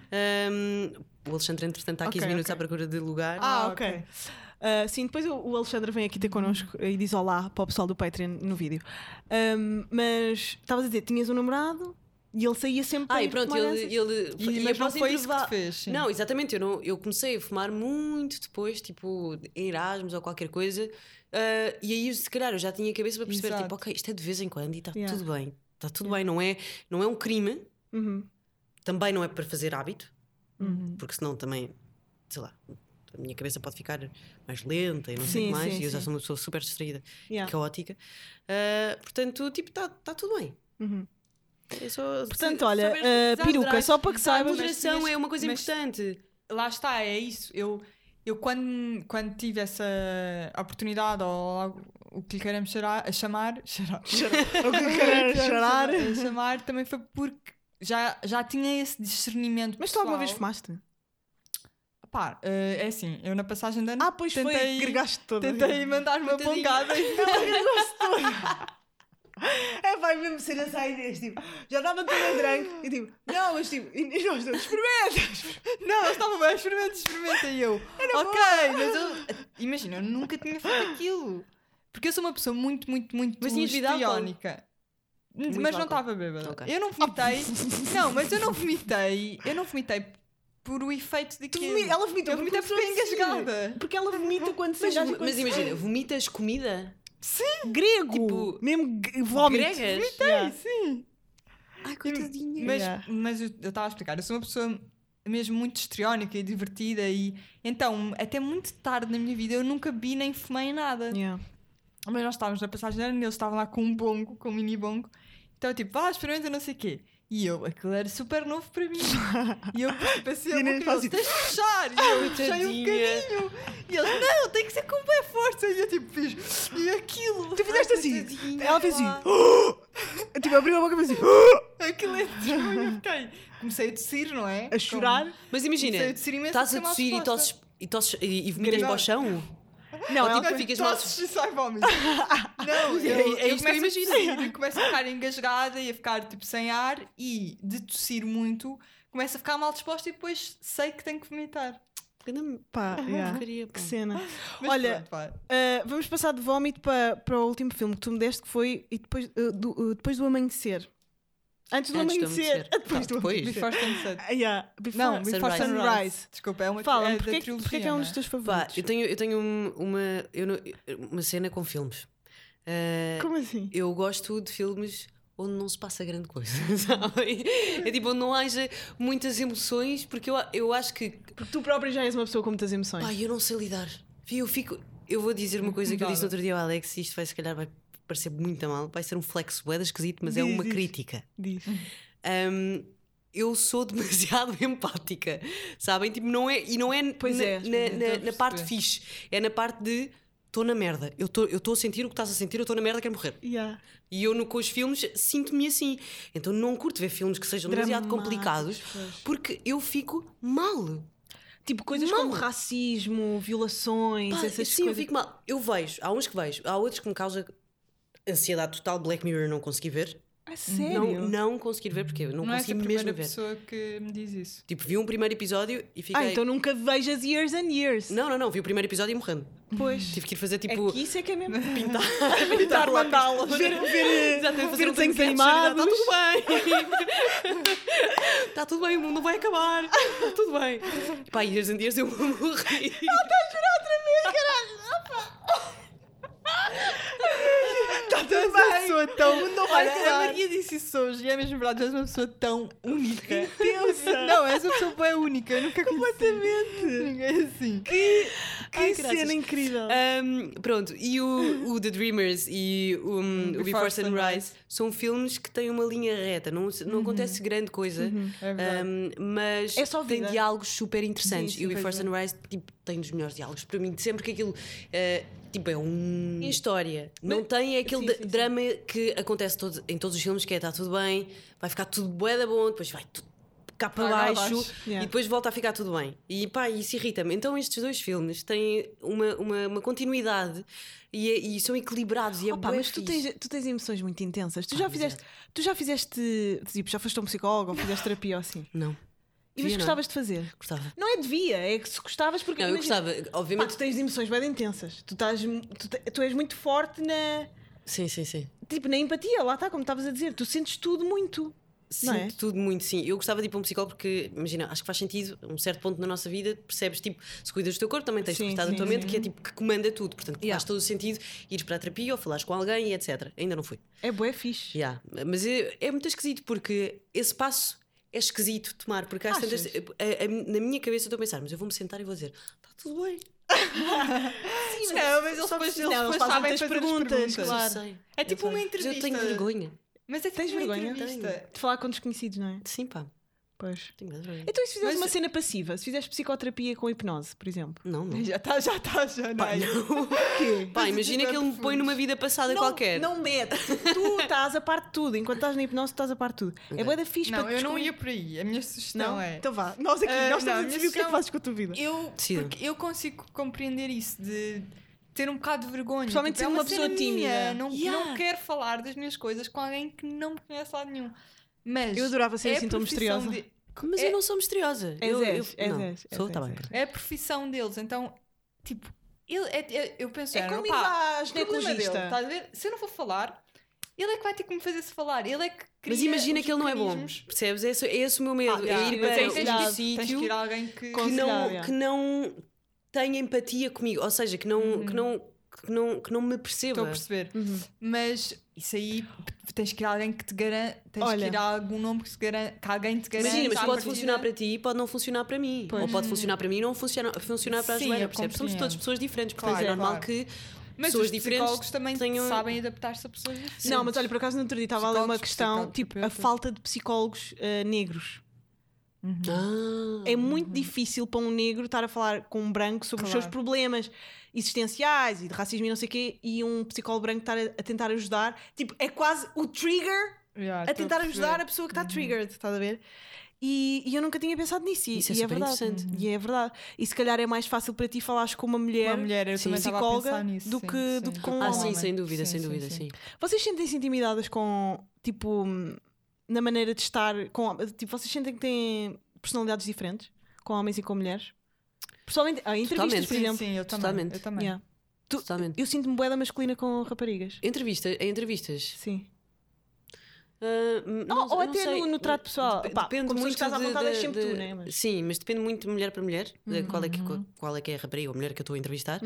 Hum, o Alexandre, entretanto, está há 15 Ok, minutos ok. à procura de lugar. Ah, Ah, ok. ok. Ah, sim, depois o, o Alexandre vem aqui ter connosco e diz olá para o pessoal do Patreon no vídeo. Ahm, mas estavas a dizer, tinhas um namorado e ele saía sempre Ah, para e ir pronto, tomar ele. ganzas? ele E, ia mas para não os foi isso que intervalos. te fez. sim. Não, exatamente, eu, não, eu comecei a fumar muito depois, tipo, em Erasmus ou qualquer coisa, ah, e aí se calhar eu já tinha a cabeça para perceber, Exato. tipo, ok, isto é de vez em quando e está Yeah. tudo bem, está tudo Yeah. bem, não é, não é um crime, Uhum. também não é para fazer hábito, Uhum. porque senão também, sei lá, a minha cabeça pode ficar mais lenta e não sei Sim, o que mais, sim, e eu já sim. sou uma pessoa super distraída Yeah. e caótica, Ah, portanto, tipo, está tá tudo bem. Uhum. É só- Portanto, se- olha, saber- ah, saber peruca, moderar. só para que a saibas. mas moderação tinhas- é uma coisa mas- importante. lá está, é isso. Eu, eu quando, quando tive essa oportunidade, ou algo- o que lhe queremos cheirar- a chamar, cheirar, o que lhe queremos cheirar. a chamar também foi porque já, já tinha esse discernimento. Mas tu alguma vez pessoal. fumaste? Pá, eh, é assim, eu na passagem de ano. Ah, pois foi, tentei, gregaste toda. Tentei mandar uma Coitadinha. pancada e É, vai mesmo ser essa a Inês, tipo, já estava toda drunk e tipo, não, mas tipo, Inês, nós não experimentas. Não, eles estavam bem, experimenta, experimenta. E eu, ok, mas eu. Imagina, eu nunca tinha feito aquilo. Porque eu sou uma pessoa muito, muito, muito Mas tinhas bebido álcool? histriónica. Mas Muito não álcool. estava bêbada. Ok. Eu não vomitei. não, mas eu não vomitei. Eu não vomitei por o efeito Tu daquilo. vomi- ela vomitou eu vomitei começou porque é a fiquei tossir. engasgada. Porque ela vomita quando se Mas, engasga. mas imagina, vomitas comida? grego, Tipo, mesmo g- vómito. gregas? Vomitei, Sim. Ai, coitadinha. Mas, Yeah. mas eu eu estava a explicar, eu sou uma pessoa mesmo muito histriónica e divertida e então, até muito tarde na minha vida eu nunca bi nem fumei nada. Yeah. Mas nós estávamos na passagem de ano e eles estavam lá com um bongo, com um mini bongo. Então eu tipo, vá, experimenta não sei o quê. E eu, aquilo era super novo para mim. E eu tipo, passei a E nem boca e faz eles, tens de fechar. E eu fechei um Tadinha. bocadinho. E eles, não, tem que ser com bem força. E eu tipo, fiz, e aquilo. Tu fizeste assim, Tadinha, ela fez assim, lá. tipo, abriu a boca e fez assim, Aquilo é desmonho, eu fiquei. Comecei a tossir, não é? a chorar. Mas imagina, é- Comecei a tossir imenso. estás a fiquei mal tossir e disposta. tosses, e, tosses, e, e vomitas Grave. para o chão? Não, é Ou ela tipo, foi- ficas mal. Tosses e sai vómito. Não, eu, É- é eu isto que eu começo a imagino. tossir e começo a ficar engasgada e a ficar tipo sem ar e de tossir muito, começo a ficar mal disposta e depois sei que tenho que vomitar. Grande Pá, yeah. é porcaria, pá. que cena. Mas Olha, pronto, vá. Uh, vamos passar de vómito para, para o último filme que tu me deste, que foi e depois, uh, do, uh, depois do amanhecer. Antes do Antes do amanhecer. amanhecer. Depois Tá, do depois. amanhecer. Before Sunset. Ah, yeah. Before- Não, Before Sunrise. um Sunrise. Sunrise. Desculpa, é uma Fala, é porque, da é que- trilogia. porque é que é um não dos teus Pá, favoritos? eu tenho, eu tenho um- uma, eu não- uma cena com filmes. Ah, Como assim? eu gosto de filmes onde não se passa grande coisa, sabe? É tipo, onde não haja muitas emoções, porque eu, a- eu acho que Porque tu própria já és uma pessoa com muitas emoções. Pá, eu não sei lidar. Fih, Eu fico. Eu vou dizer uma coisa que eu Incomodada. disse no outro dia ao Alex, e isto vai se calhar vai parecer muito a mal, vai ser um flex boeda esquisito, mas é Diz, uma diz. crítica. Diz. Ahm, eu sou demasiado empática, sabem? Tipo, não é, e não é, Pois na, é, estou a na- na- perceber. na parte fixe, é na parte de estou na merda, eu estou eu estou a sentir o que estás a sentir, eu estou na merda, quero morrer. Yeah. E eu no, com os filmes sinto-me assim. Então não curto ver filmes que sejam demasiado Dramáticos, complicados, pois. porque eu fico mal. Tipo, coisas Mal. como racismo, violações, Pá, essas sim, eu coisas. fico mal. Eu vejo, há uns que vejo, há outros que me causam ansiedade total. Black Mirror não consegui ver. A Ah, sério? Não, não conseguir ver, porque eu não, não é essa a consegui primeira mesmo ver. pessoa que me diz isso. Tipo, vi um primeiro episódio e fiquei. Ah, então nunca vejas years and years. Não, não, não, vi o primeiro episódio e morrendo. Pois. Tive que ir fazer tipo. É que isso é que é mesmo. Pintar, Pintar mandá-la. Ver, ver, Exatamente, fazer ver um desenhos desenho de caption, animados. Está tudo bem. Está tudo bem, o mundo vai acabar. Está tudo bem. Pá, e hoje em dia eu morri. Uma é pessoa tão. Não vai Olha, a acabar. Maria disse isso hoje e é mesmo verdade, tu és uma pessoa tão única. Intensa! Não, és uma pessoa bem única, eu nunca conheci Exatamente. ninguém assim. Que Ai, graças. cena incrível. Ahm, pronto, e o, o The Dreamers e o, Hum, um, o Before, Sunrise são filmes que têm uma linha reta, não, Uhum. se- não acontece grande coisa, É verdade. ahm, mas É só tem vida. diálogos super interessantes. Sim, sim, e o Before pois é. Sunrise tipo, tem dos melhores diálogos para mim, de sempre que aquilo eh, tipo, é uma história. não tem aquele sim, d- sim, sim. drama que acontece todo- em todos os filmes, que é está tudo bem, vai ficar tudo bué da bom, depois vai tudo cá para Vai lá baixo abaixo. Yeah. e depois volta a ficar tudo bem. E pá, isso irrita-me. Então estes dois filmes têm uma, uma, uma continuidade e, é- e são equilibrados e é Opa, bué mas tu fixe. tens, tu tens emoções muito intensas. Tu já mas é. fizeste, tu já fizeste, tipo, já foste a um psicólogo ou fizeste terapia ou assim. Não, E mas Devia, não. gostavas de fazer? gostava. Não é devia, é que se gostavas porque Não, eu imagina, gostava, pá, obviamente. tu tens emoções bem intensas. Tu, estás, mu- tu, te- tu és muito forte na, Sim, sim, sim. tipo, na empatia, lá está, como estavas a dizer. Tu sentes tudo muito. Sinto Não é? tudo muito, sim. Eu gostava de ir para um psicólogo porque, imagina, acho que faz sentido, a um certo ponto na nossa vida, percebes, tipo, se cuidas do teu corpo, também tens Sim, de cuidar sim, da tua mente, sim. que é tipo, que comanda tudo. Portanto, Yeah. faz todo o sentido ires para a terapia ou falares com alguém e etc. Ainda não fui. É bué fixe. Yeah, Mas é, é muito esquisito porque esse passo é esquisito de tomar, porque às tantas, Achas? a- a- na minha cabeça eu estou a pensar, mas eu vou-me sentar e vou dizer, está tudo bem. Sim, Não, mas eles só depois- precisam- eles não, depois fazem sabem muitas fazer as perguntas. perguntas. Claro. Eu sei. É tipo eu uma sei. Mas eu tenho entrevista. vergonha. Mas é tipo Tens uma vergonha? entrevista. De falar com desconhecidos, não é? Sim, pá. Pois. Tenho vergonha. Então, e se fizeres Mas- uma cena passiva? Se fizeres psicoterapia com hipnose, por exemplo? Não, não. Já tá, está, já está, já não. Pá, é? não. Quê? Pá, imagina é que ele me põe numa vida passada qualquer. Não mete. Tu estás a parte de tudo. Enquanto estás na hipnose, tu estás a parte de tudo. É boa da fixe Não, para eu não descobrir- ia por aí. A minha sugestão Não, é. Então vá. Nós aqui, Ah, nós estamos não, a a decidir o que é que sugestão- fazes com a tua vida. Eu, Decidam. porque eu consigo compreender isso de ter um bocado de vergonha. Principalmente é sendo uma cena pessoa tímida. minha, Não, Yeah. não quero falar das minhas coisas com alguém que não me conhece lá nenhum. Mas Eu adorava ser é a assim tão profissão misteriosa. de- Mas É- eu não sou misteriosa. És, eu, eu, és, és, não. és, Sou, és, tá és, bem. és. é a profissão deles. Então, tipo, ele, é, é- eu penso, É "Ah, como não, ir pá, à o problema dele, Tá ginecologista. estás a ver? Se eu não vou falar, ele é que vai ter que me fazer-se falar. Ele é que Mas cria imagina os que ele não é bom. mecanismos. Percebes? É esse, é esse o meu medo. Ah, é yeah. ir Mas para aí um tens que- Tens sítio que ir a alguém que. Com- que Aconselhar, não, é. que não tenha empatia comigo, ou seja, que não, que não, que não, que não me perceba. Estou a perceber. Mas isso aí p- tens que ir a alguém que te garanta. Tens Olha. que ir a algum nome que, se garan... que alguém te garanta. Imagina, mas à pode partida. funcionar para ti e pode não funcionar para mim. Pois. Ou pode funcionar para mim e não funciona, funcionar para a Sim, Joana, eu percebes? Somos compreendo. todas pessoas diferentes, portanto Claro, é normal claro. que Mas pessoas os diferentes psicólogos também tenham- sabem adaptar-se a pessoas diferentes. Não, mas olha, por acaso no outro dia estava a ler uma Psicólogos, questão, tipo, a psicoterapeutas. falta de psicólogos eh, negros. Uhum. Ah, É muito difícil para um negro estar a falar com um branco sobre os Claro. seus problemas existenciais e de racismo e não sei o quê, e um psicólogo branco estar a, a tentar ajudar. Tipo, é quase o trigger Yeah, a estou tentar perceber. Uhum. ajudar a pessoa que está triggered, estás a ver? E, e eu nunca tinha pensado nisso, e, Isso é e é super verdade. interessante. E é verdade. E se calhar é mais fácil para ti falares com uma mulher. Uma mulher, eu Sim, também estava a psicóloga pensar nisso. do sim, que- do sim. que com um ah, homem. sim, sem dúvida, sem dúvida, sim. Vocês sentem-se intimidadas com, tipo, na maneira de estar com hom- Tipo, vocês sentem que têm personalidades diferentes com homens e com mulheres? Pessoalmente, ah, em entrevistas, Totalmente. por Sim, exemplo. sim, eu também. Totalmente. Eu também. Yeah. Tu- Totalmente. Eu sinto-me boeda masculina com raparigas. Entrevista, em entrevistas. Sim. Ah, hum, não- ou não até sei. no- no trato pessoal. Dep- Pá, depende com pessoas que estás muito à de- vontade és de- sempre tu, de- né? Mas- Uhum, Sim, mas depende muito de mulher para mulher, de qual, é que, qual, qual é que é a rapariga ou a mulher que eu estou a entrevistar.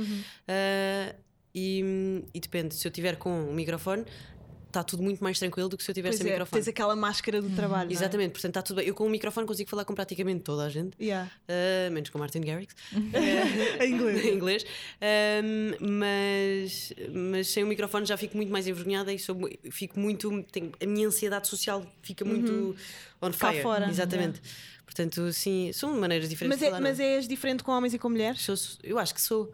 Ah, e, e depende, se eu tiver com o microfone, está tudo muito mais tranquilo do que se eu tiver Pois sem é, microfone. tens aquela máscara Uhum. do trabalho. não é? Exatamente, portanto está tudo bem. Eu com o microfone consigo falar com praticamente toda a gente, Yeah. ah, menos com Martin Garrix, em inglês. em inglês, Ahm, mas, mas sem o microfone já fico muito mais envergonhada e sou, mu- fico muito. Tenho, a minha ansiedade social fica muito on Uhum. Cá fire. fora. Exatamente. Portanto, sim, são maneiras diferentes Mas, de é, falar. mas é- não és diferente com homens e com mulheres? Sou- eu acho que sou,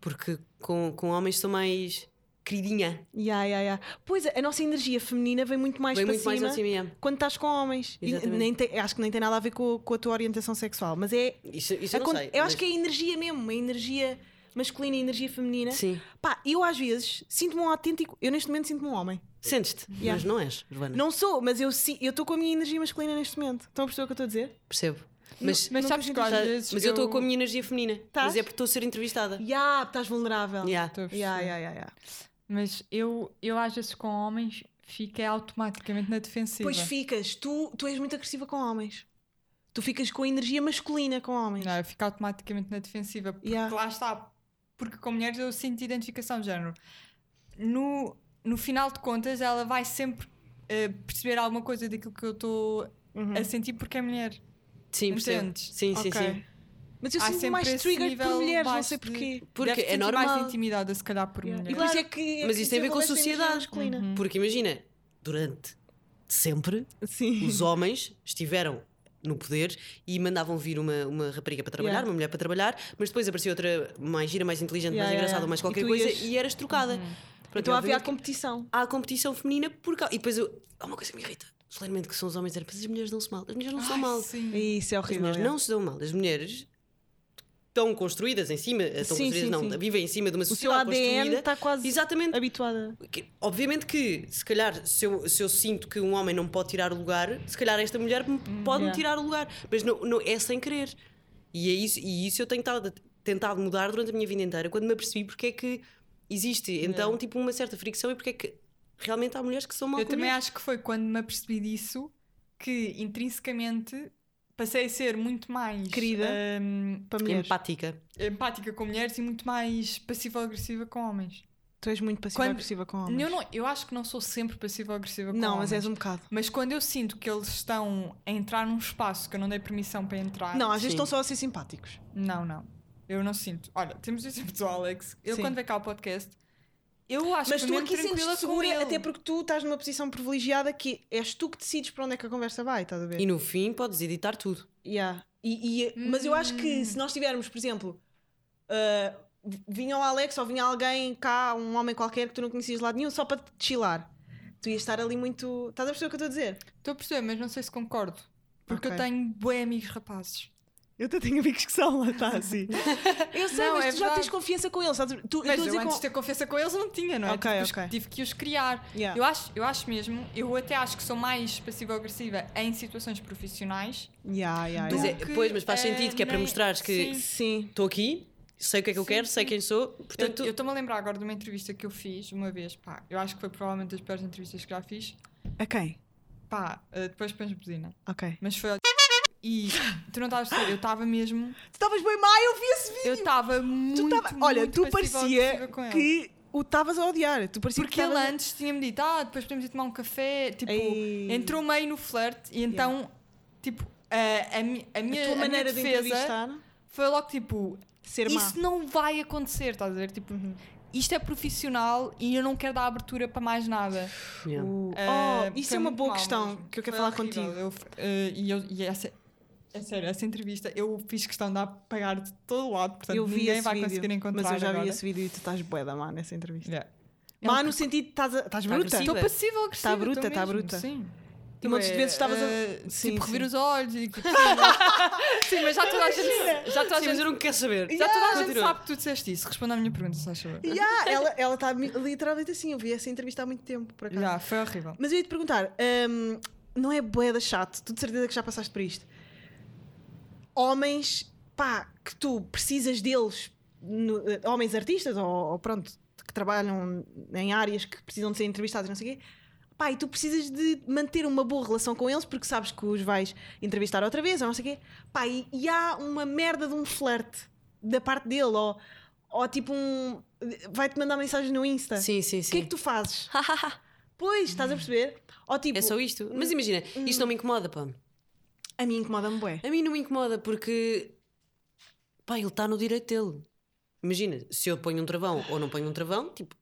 porque com, com homens sou mais queridinha, Ya, ya, ya. Pois a nossa energia feminina vem muito mais bem para muito cima. mais acima. yeah. Quando estás com homens, E Exatamente. nem tem- acho que nem tem nada a ver com, com a tua orientação sexual, mas é. Isso, isso eu não acon- sei. eu acho que é a energia mesmo, a energia masculina e energia feminina. Sim. Pá, eu às vezes sinto-me um autêntico. Eu neste momento sinto-me um homem. Sentes-te, Yeah. mas não és, Joana. Não sou, mas eu si- eu estou com a minha energia masculina neste momento. Estão a perceber o que eu estou a dizer? Percebo. Mas, Mas Nunca sabes que senti às tá- vezes. mas eu estou com a minha energia feminina. Tás? Mas é porque estou a ser entrevistada. Ya, estás vulnerável. Ya, Yeah. Estou a ya, perceber. ya, ya, Tipo, ya. Mas eu, eu às vezes com homens fico é automaticamente na defensiva. Pois ficas, tu, tu és muito agressiva com homens. Tu ficas com a energia masculina com homens. Não, eu fico automaticamente na defensiva. Ah. Porque Yeah. lá está. Porque com mulheres eu sinto identificação de género. No, no final de contas, ela vai sempre eh, perceber alguma coisa daquilo que eu estou Uhum. Hum. a sentir porque é mulher. Sim, percebo. Entendes? Sim, sim, Ok. sim. Mas eu Há sinto sempre mais esse triggered por nível mulheres, não baixo sei de- porquê. Porque Deve é sentir mais normal. intimidade, se calhar, por Yeah. E mulher. por isso é que. é Mas que isso tem a ver com a desenvolve essa energia sociedade. masculina. Porque imagina, durante sempre, Sim. os homens estiveram no poder e mandavam vir uma, uma rapariga para trabalhar, Yeah. uma mulher para trabalhar, mas depois aparecia outra mais gira, mais inteligente, Yeah, mais yeah, engraçada, yeah. mais E qualquer tu coisa ias- e eras trocada. Pronto, Então havia a obviamente que competição. há a competição feminina por causa. E depois eu, há uma coisa que me irrita solenemente que são os homens dizerem, mas as mulheres não se mal, as mulheres não se dão Ai, mal. sim. Isso é As horrível. mulheres é. não se dão mal. As mulheres estão construídas em cima, eh, estão Sim, construídas, sim, não, sim. vivem em cima de uma O seu sociedade ADN construída. está tá quase Exatamente. habituada. Que- Obviamente que, se calhar, se eu, se eu sinto que um homem não me pode tirar o lugar, se calhar esta mulher me pode me Hum, yeah. tirar o lugar. Mas não, não- é sem querer. E, é isso, e isso eu tenho tado- tentado mudar durante a minha vida inteira, quando me apercebi porque é que existe, então, tipo, uma certa fricção e porque é que realmente há mulheres que são mal Eu também acolhidas. acho que foi quando me apercebi disso que intrinsecamente passei a ser muito mais Querida. hum, Para mulheres. Empática. empática com mulheres e muito mais passiva-agressiva com homens. Tu és muito Quando- passiva-agressiva com homens. Eu, não, eu acho que não sou sempre passiva-agressiva com Não, homens. mas és um bocado. Mas quando eu sinto que eles estão a entrar num espaço que eu não dei permissão para entrar. Não, às vezes Sim. estão só a ser simpáticos. Não, não. Eu não sinto. Olha, temos o exemplo do Alex. Ele Sim. quando vem cá ao podcast, eu acho Mas que tu mesmo aqui tranquila sentes-te com segura, ele. até porque tu estás numa posição privilegiada que és tu que decides para onde é que a conversa vai, estás a ver? E no fim podes editar tudo. Yeah. E, e- Mas eu acho que Hum. se nós tivermos, por exemplo, uh, vinha o Alex ou vinha alguém cá, um homem qualquer que tu não conhecias de lado nenhum, só para te chilar. Tu ias estar ali muito. Estás a perceber o que eu estou a dizer? Estou a perceber, mas não sei se concordo. Porque eu Ok. tenho bué amigos rapazes. Eu até tenho amigos que são lá, está assim. eu sei, Não, mas é tu já tens verdade. confiança com eles. Sabes? Tu, estou Mas a eu dizer antes com... de ter confiança com eles não tinha, não é? Ok, tive, que os- ok. tive que os criar. Yeah. Eu, acho, eu acho mesmo, eu até acho que sou mais passiva-agressiva em situações profissionais. Yeah, yeah, Mas yeah. é- Do que, pois, mas faz eh, sentido que é para nem- mostrares que Sim. Sim. estou aqui, sei o que é que eu Sim, quero, sei sim. quem sou, Eu- portanto. eu estou-me a lembrar agora de uma entrevista que eu fiz uma vez, pá, eu acho que foi provavelmente das piores entrevistas que já fiz. A quem? Pá, eh, depois pões buzina. Ok. Mas foi ao... E tu não estavas a perceber, eu estava mesmo... Tu estavas bem má, eu vi esse vídeo. Eu estava Tu muito, tava... Olha, muito tu passiva-agressiva parecia com ele. que o estavas a odiar. Tu parecia Porque que ele estavas- antes tinha-me dito, ah, depois podemos ir tomar um café. Tipo, Ei. entrou meio no flerte e então, tipo, a, a, mi- a minha, A a tua minha maneira de defesa entrevistar foi logo tipo, ser má. isso não vai acontecer, estás a ver? Tipo, Uhum. isto é profissional e eu não quero dar abertura para mais nada. Yeah. O- Eh, oh, isso foi é uma muito boa mal questão mesmo. que eu quero Foi falar horrível. contigo. Eu f- eh, e eu- e essa, é sério, essa entrevista eu fiz questão de apagar de todo lado, portanto eu vi ninguém esse vai vídeo, conseguir encontrar Mas eu já agora. vi esse É vídeo e tu estás bué da má nessa entrevista. Yeah. Má no sentido de estás a- estás bruta. agressiva. Estou passiva ou agressiva. Tá bruta, estou tá mesmo, bruta. Sim. E montes de é, vezes estavas a- eh, Sim, tipo, rever sim. os olhos e tipo, sim, mas- sim, mas já toda a gente. Já toda a Sim, mas eu gente, não quero saber. já toda a Yeah. gente sabe que tu disseste isso. Responda à minha pergunta, se faz favor. Yeah, ela ela está mi- literalmente assim. Eu vi essa entrevista há muito tempo, por acaso. Já, foi horrível. Mas eu ia te perguntar: hum, não é bué da chato? Tu de certeza que já passaste por isto. Homens, pá, que tu precisas deles, no- eh, homens artistas ou, ou pronto, que trabalham em áreas que precisam de ser entrevistados, não sei o quê. Pá, e tu precisas de manter uma boa relação com eles porque sabes que os vais entrevistar outra vez ou não sei o quê. Pá, e, e há uma merda de um flerte da parte dele ou, ou tipo um. vai-te mandar mensagem no Insta. Sim, sim, O sim. que é que tu fazes? Pois, estás a perceber? Ou tipo, É só isto. Mas imagina, isto não me incomoda, pá. a mim incomoda-me bué. A mim não me incomoda porque. pá, ele está no direito dele. Imagina, se eu ponho um travão ou não ponho um travão, tipo,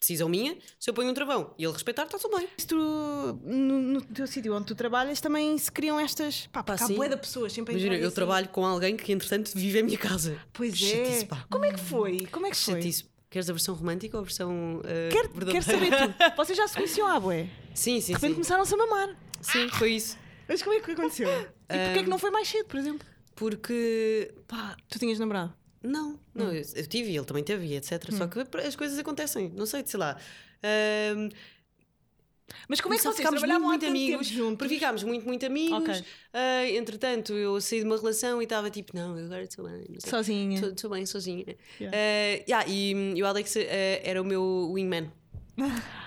decisão minha, se eu ponho um travão e ele respeitar, está tudo bem. Se tu, no, no teu sítio onde tu trabalhas, também se criam estas. Pá, porque há sim. bué de pessoas sempre a Imagina, entrar eu assim. trabalho com alguém que, entretanto, vive em minha casa. Pois Que é. chatice, pá. Como é que foi? Como é que Que foi? chatice. Queres a versão romântica ou a versão. eh, Quero, verdadeira? quero saber tu. Vocês já se conheciam à bué. De Sim, sim, repente sim. começaram-se a mamar. Sim, foi isso. Mas Tipo, como é que aconteceu? E porquê é que não foi mais cedo, por exemplo? Porque, pá, Tu tinhas namorado? Não, não Hum. eu, eu tive e ele também teve, e etc. Só que as coisas acontecem, não sei, sei lá. Ahm, Mas como é que Só vocês ficámos trabalhavam há muito, tanto muito tempo amigos, juntos? Porque ficámos muito, muito amigos. Ok. Ah, entretanto, eu saí de uma relação e estava tipo, não, eu agora estou bem, não sei. Sozinha. Estou- Estou bem sozinha. Yeah. Ah, yeah, e, hum, e o Alex ah, era o meu wingman.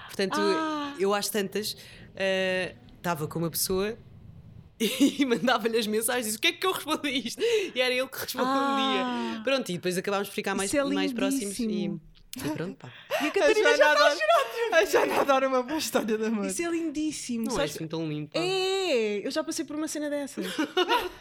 Portanto, Ah. eu às tantas ah, estava com uma pessoa e mandava-lhe as mensagens: o que é que eu respondi a isto? E era ele que respondia. um Ah. Pronto, e depois acabámos por ficar mais, Isso é mais próximos. E, lindíssimo. e pronto, pá. E a Catarina já está a chorar. A Jana adora uma boa história de amor. Isso é lindíssimo. Não é sabes? assim tão lindo. pá. É, eu já passei por uma cena dessas.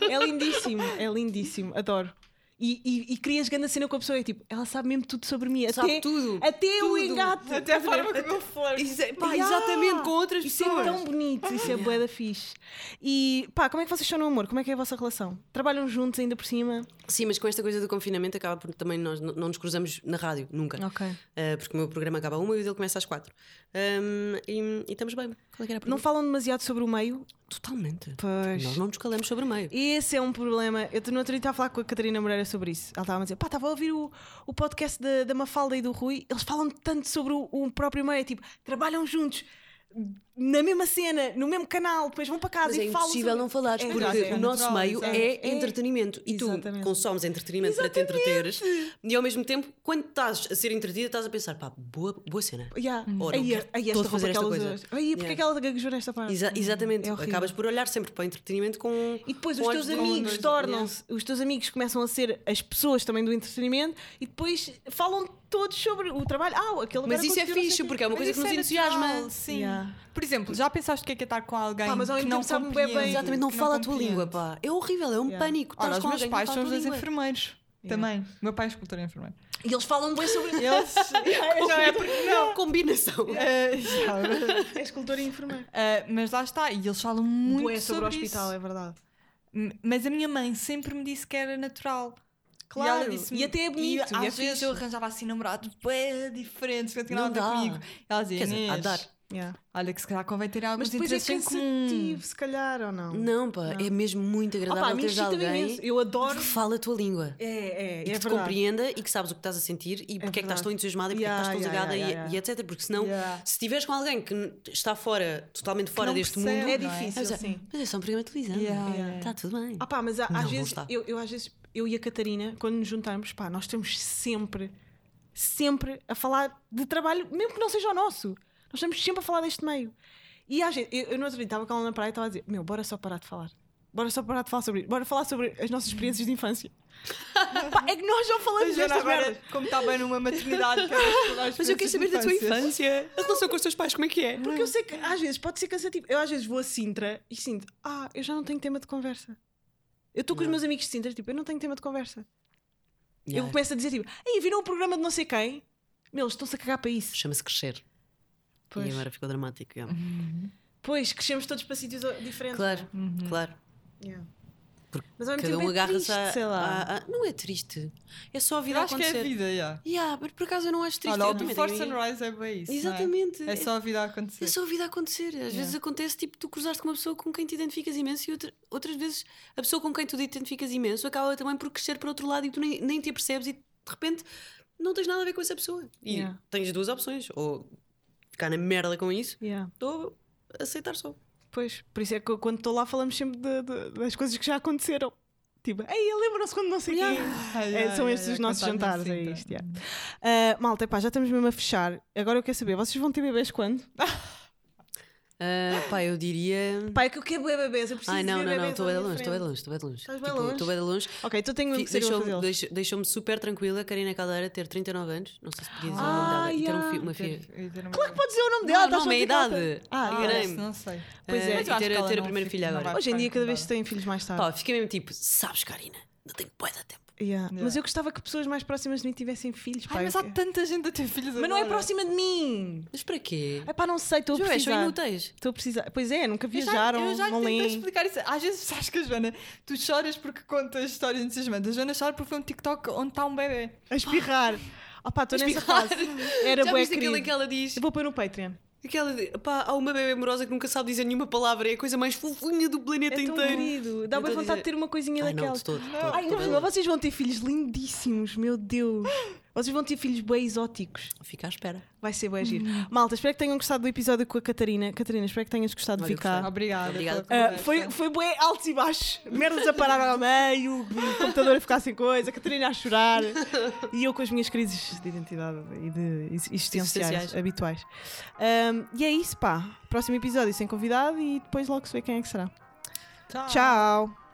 é lindíssimo, é lindíssimo, adoro. E, e, e crias grande cena com a pessoa, é tipo, ela sabe mesmo tudo sobre mim, Sabe até, tudo. até o engate. Até a estás ver? forma como eu flor. Isso é- pá, Ya! Exatamente, com outras Isso é pessoas. tão bonito, isso é bué da fixe. E pá, como é que vocês estão no amor? Como é que é a vossa relação? Trabalham juntos ainda por cima? Sim, mas com esta coisa do confinamento acaba por também nós n- não nos cruzamos na rádio, nunca. Ok. Ah, porque o meu programa acaba a uma e o dele começa às quatro. Ahm, e, e estamos bem. Qual é que era a Não pergunta? falam demasiado sobre o meio? Totalmente. Pois. Nós não nos calamos sobre o meio. Esse é um problema. Eu no outro dia estava a falar com a Catarina Moreira sobre isso. Ela estava a dizer: pá, estava a ouvir o, o podcast da, da Mafalda e do Rui. Eles falam tanto sobre o, o próprio meio, tipo, trabalham juntos na mesma cena, no mesmo canal, depois vão para casa Mas e é falam. impossível sobre- não falares, É, porque é o nosso natural, meio exato. é, É. entretenimento. E tu Exatamente. consomes entretenimento para te entreteres. E ao mesmo tempo, quando estás a ser entretida, estás a pensar, pá, boa, boa cena. Yeah. Ou Aí, não, aí, aí é estou esta roupa a fazer que ela esta usa. coisa. Aí, porque Yeah. é que ela gaguejou nesta parte? Exa- exatamente. É horrível. Acabas por olhar sempre para o entretenimento com. E depois os com teus olhos de- amigos dois- tornam-se, os teus amigos começam a ser as pessoas também do entretenimento e depois falam todos sobre o trabalho. Ah, aquele cara Mas isso é conseguiu não sei fixe, o quê. porque é uma coisa que nos entusiasma. Sim. Yeah. Por exemplo, já pensaste o que é que é estar com alguém Pá, mas ao que mesmo não tempo sabe bué bem- compreende? Exatamente, não que fala a tua compreende? língua, pá. É horrível, é um Yeah. pânico. Ora, Estás os com meus alguém, pais não fala são a os tua dois língua. enfermeiros. Também. O meu pai é escultor e enfermeiro. E eles falam bem sobre Eles. não é porque não. Combinação. Eh, já. É escultor e enfermeiro. Eh, mas lá está, e eles falam muito Muito é sobre, o isso. hospital, é verdade. M- Mas a minha mãe sempre me disse que era natural. Claro, e, ela disse-me- e até é bonito, E, e é às vezes fixe. eu arranjava assim namorados bem diferentes que não tinham Não nada a ver dá. comigo. E ela dizia, Quer dizer, há de Inês, dar. Yeah. olha que se calhar convém ter alguns Mas depois é interesses em comum. cansativo, se calhar, ou não? Não, pá, é mesmo muito Opa, a agradável mim teres excita-me alguém imenso. Eu adoro. que fala a tua língua. É, é, é e que te verdade. compreenda e que sabes o que estás a sentir e porque é, que estás verdade. tão entusiasmada e porque é que Yeah, estás tão yeah, zagada yeah, e- yeah, e, etc. Porque senão, Yeah. se estiveres com alguém que n- está fora, totalmente fora não deste percebe, mundo, É não é? difícil, mas, sim. mas é só um programa de televisão. Yeah, Está yeah. tudo bem. Ah pá, mas há- Não, às não vezes, está. eu, eu às vezes, eu e a Catarina, quando nos juntarmos, pá, nós estamos sempre, sempre a falar de trabalho, mesmo que não seja o nosso. Nós estamos sempre a falar deste meio. E às vezes, eu, eu no outro dia estava com ela na praia e estava a dizer: Meu, bora só parar de falar. Bora só parar de falar sobre isto. Bora falar sobre as nossas experiências de infância. Pá, é que nós não A falamos Joana destas agora, merdas. como está bem numa maternidade, é quer explorar as mas eu quero diferenças saber da tua infâncias. infância. A relação com os teus pais, como é que é? Porque eu sei que às vezes pode ser cansativo. Eu às vezes vou a Sintra e sinto: Ah, eu já não tenho tema de conversa. Eu estou com os Não. meus amigos de Sintra, tipo, eu não tenho tema de conversa. Eu Yeah. começo a dizer tipo, aí viram o programa de não sei quem? Meu, eles estão-se a cagar para isso. Chama-se crescer. E Pois, Uhum. agora ficou dramático. yeah. pois crescemos todos para sítios diferentes. Claro, Uhum. claro. Yeah. Porque Mas ao mesmo Cada tempo um é agarra-se triste, a- sei lá. a- a- Não é triste. É só a Eu vida acho que é a acontecer. vida, yeah. Yeah, mas por acaso eu não acho triste. Olha, eu o também Before tenho- Sunrise é bem isso. não é? Exatamente. É só a vida a acontecer. É só a vida a acontecer. Às vezes acontece, tipo, tu cruzaste com uma pessoa com quem te identificas imenso e outra- outras vezes a pessoa com quem tu te identificas imenso acaba também por crescer para outro lado e tu nem, nem te apercebes e de repente não tens nada a ver com essa pessoa. E Yeah. tens duas opções. Ou ficar na merda com isso Yeah. ou aceitar só. Pois, por isso é que eu, quando estou lá falamos sempre de- de- das coisas que já aconteceram. Tipo, ei, lembram-se quando não sei quem. Ah, É, yeah, são yeah, estes os yeah, nossos contar-me jantares, é assim, isto. tá. yeah. Ah, malta, pá, já estamos mesmo a fechar. Agora eu quero saber, vocês vão ter bebês quando? Ah, pá, eu diria... Pá, é que eu quero bebês, eu preciso Ai, não, de não, bebês. não, estou bem longe, estou bem longe, estou bem longe. Estás bué Tipo, longe. Estou bem longe. Ok, então tenho mesmo que Fico- ser eu a Deixou-me fazê-los. deixou- deixou-me super tranquila a Karina Caldeira ter 39 anos, não sei se podia dizer o nome Ah, dela, e ter um yeah. fi- uma filha. Claro Pode dizer o nome Não, dela, o estás só nome é a dizer que idade. ela tem- Ah, Ah, Caramba. isso não sei. Pois Eh, é. e Mas eu ter, acho que ela ter a não primeira fica- filha não agora. vai- Hoje em dia, cada vez Pá, se têm filhos mais tarde. Pá, fiquei mesmo tipo, sabes, Karina, não tenho bué de tempo. Yeah. Yeah. Mas eu gostava que pessoas mais próximas de mim tivessem filhos. pá, Ai, mas eu há quero. tanta gente a ter filhos Mas não é agora. próxima de mim. Mas para quê? É pá, não sei, estou a Joé, são precisar. inúteis. Estou a precisar. Pois é, nunca Eu já- viajaram, eu já lhe não tentei leem. explicar isso. Às vezes, sabes que a Joana, tu choras porque contas histórias entusiasmantes. A Joana chora porque foi um TikTok onde está um bebê. A espirrar. Ah pá, estou nessa Espirrar. fase. Era Já bué viste aquilo em querido. que ela diz? Eu vou pôr no Patreon. Aquela de, pá, há uma bebê amorosa que nunca sabe dizer nenhuma palavra, é a coisa mais fofinha do planeta É tão inteiro. querido. Dá Eu bem tô a vontade de dizer- ter uma coisinha Ai, não, daquelas. de todo. de todo, Ai, de todo. não, vocês vão ter filhos lindíssimos, meu Deus. Vocês vão ter filhos bem exóticos. Fica à espera. Vai ser bem giro. Malta, espero que tenham gostado do episódio com a Catarina. Catarina, espero que tenhas gostado de Olha, ficar. gostei. Obrigada. Obrigada. pela Ah, foi, conversa. foi bué altos e baixos. Merdas a parar ao meio, o computador a ficar sem coisa, a Catarina a chorar e eu com as minhas crises de identidade e de ex- existenciais, Existenciais. habituais. Ahm, e Ah. é isso, pá. Próximo episódio sem convidado e depois logo se vê quem é que será. Tchau!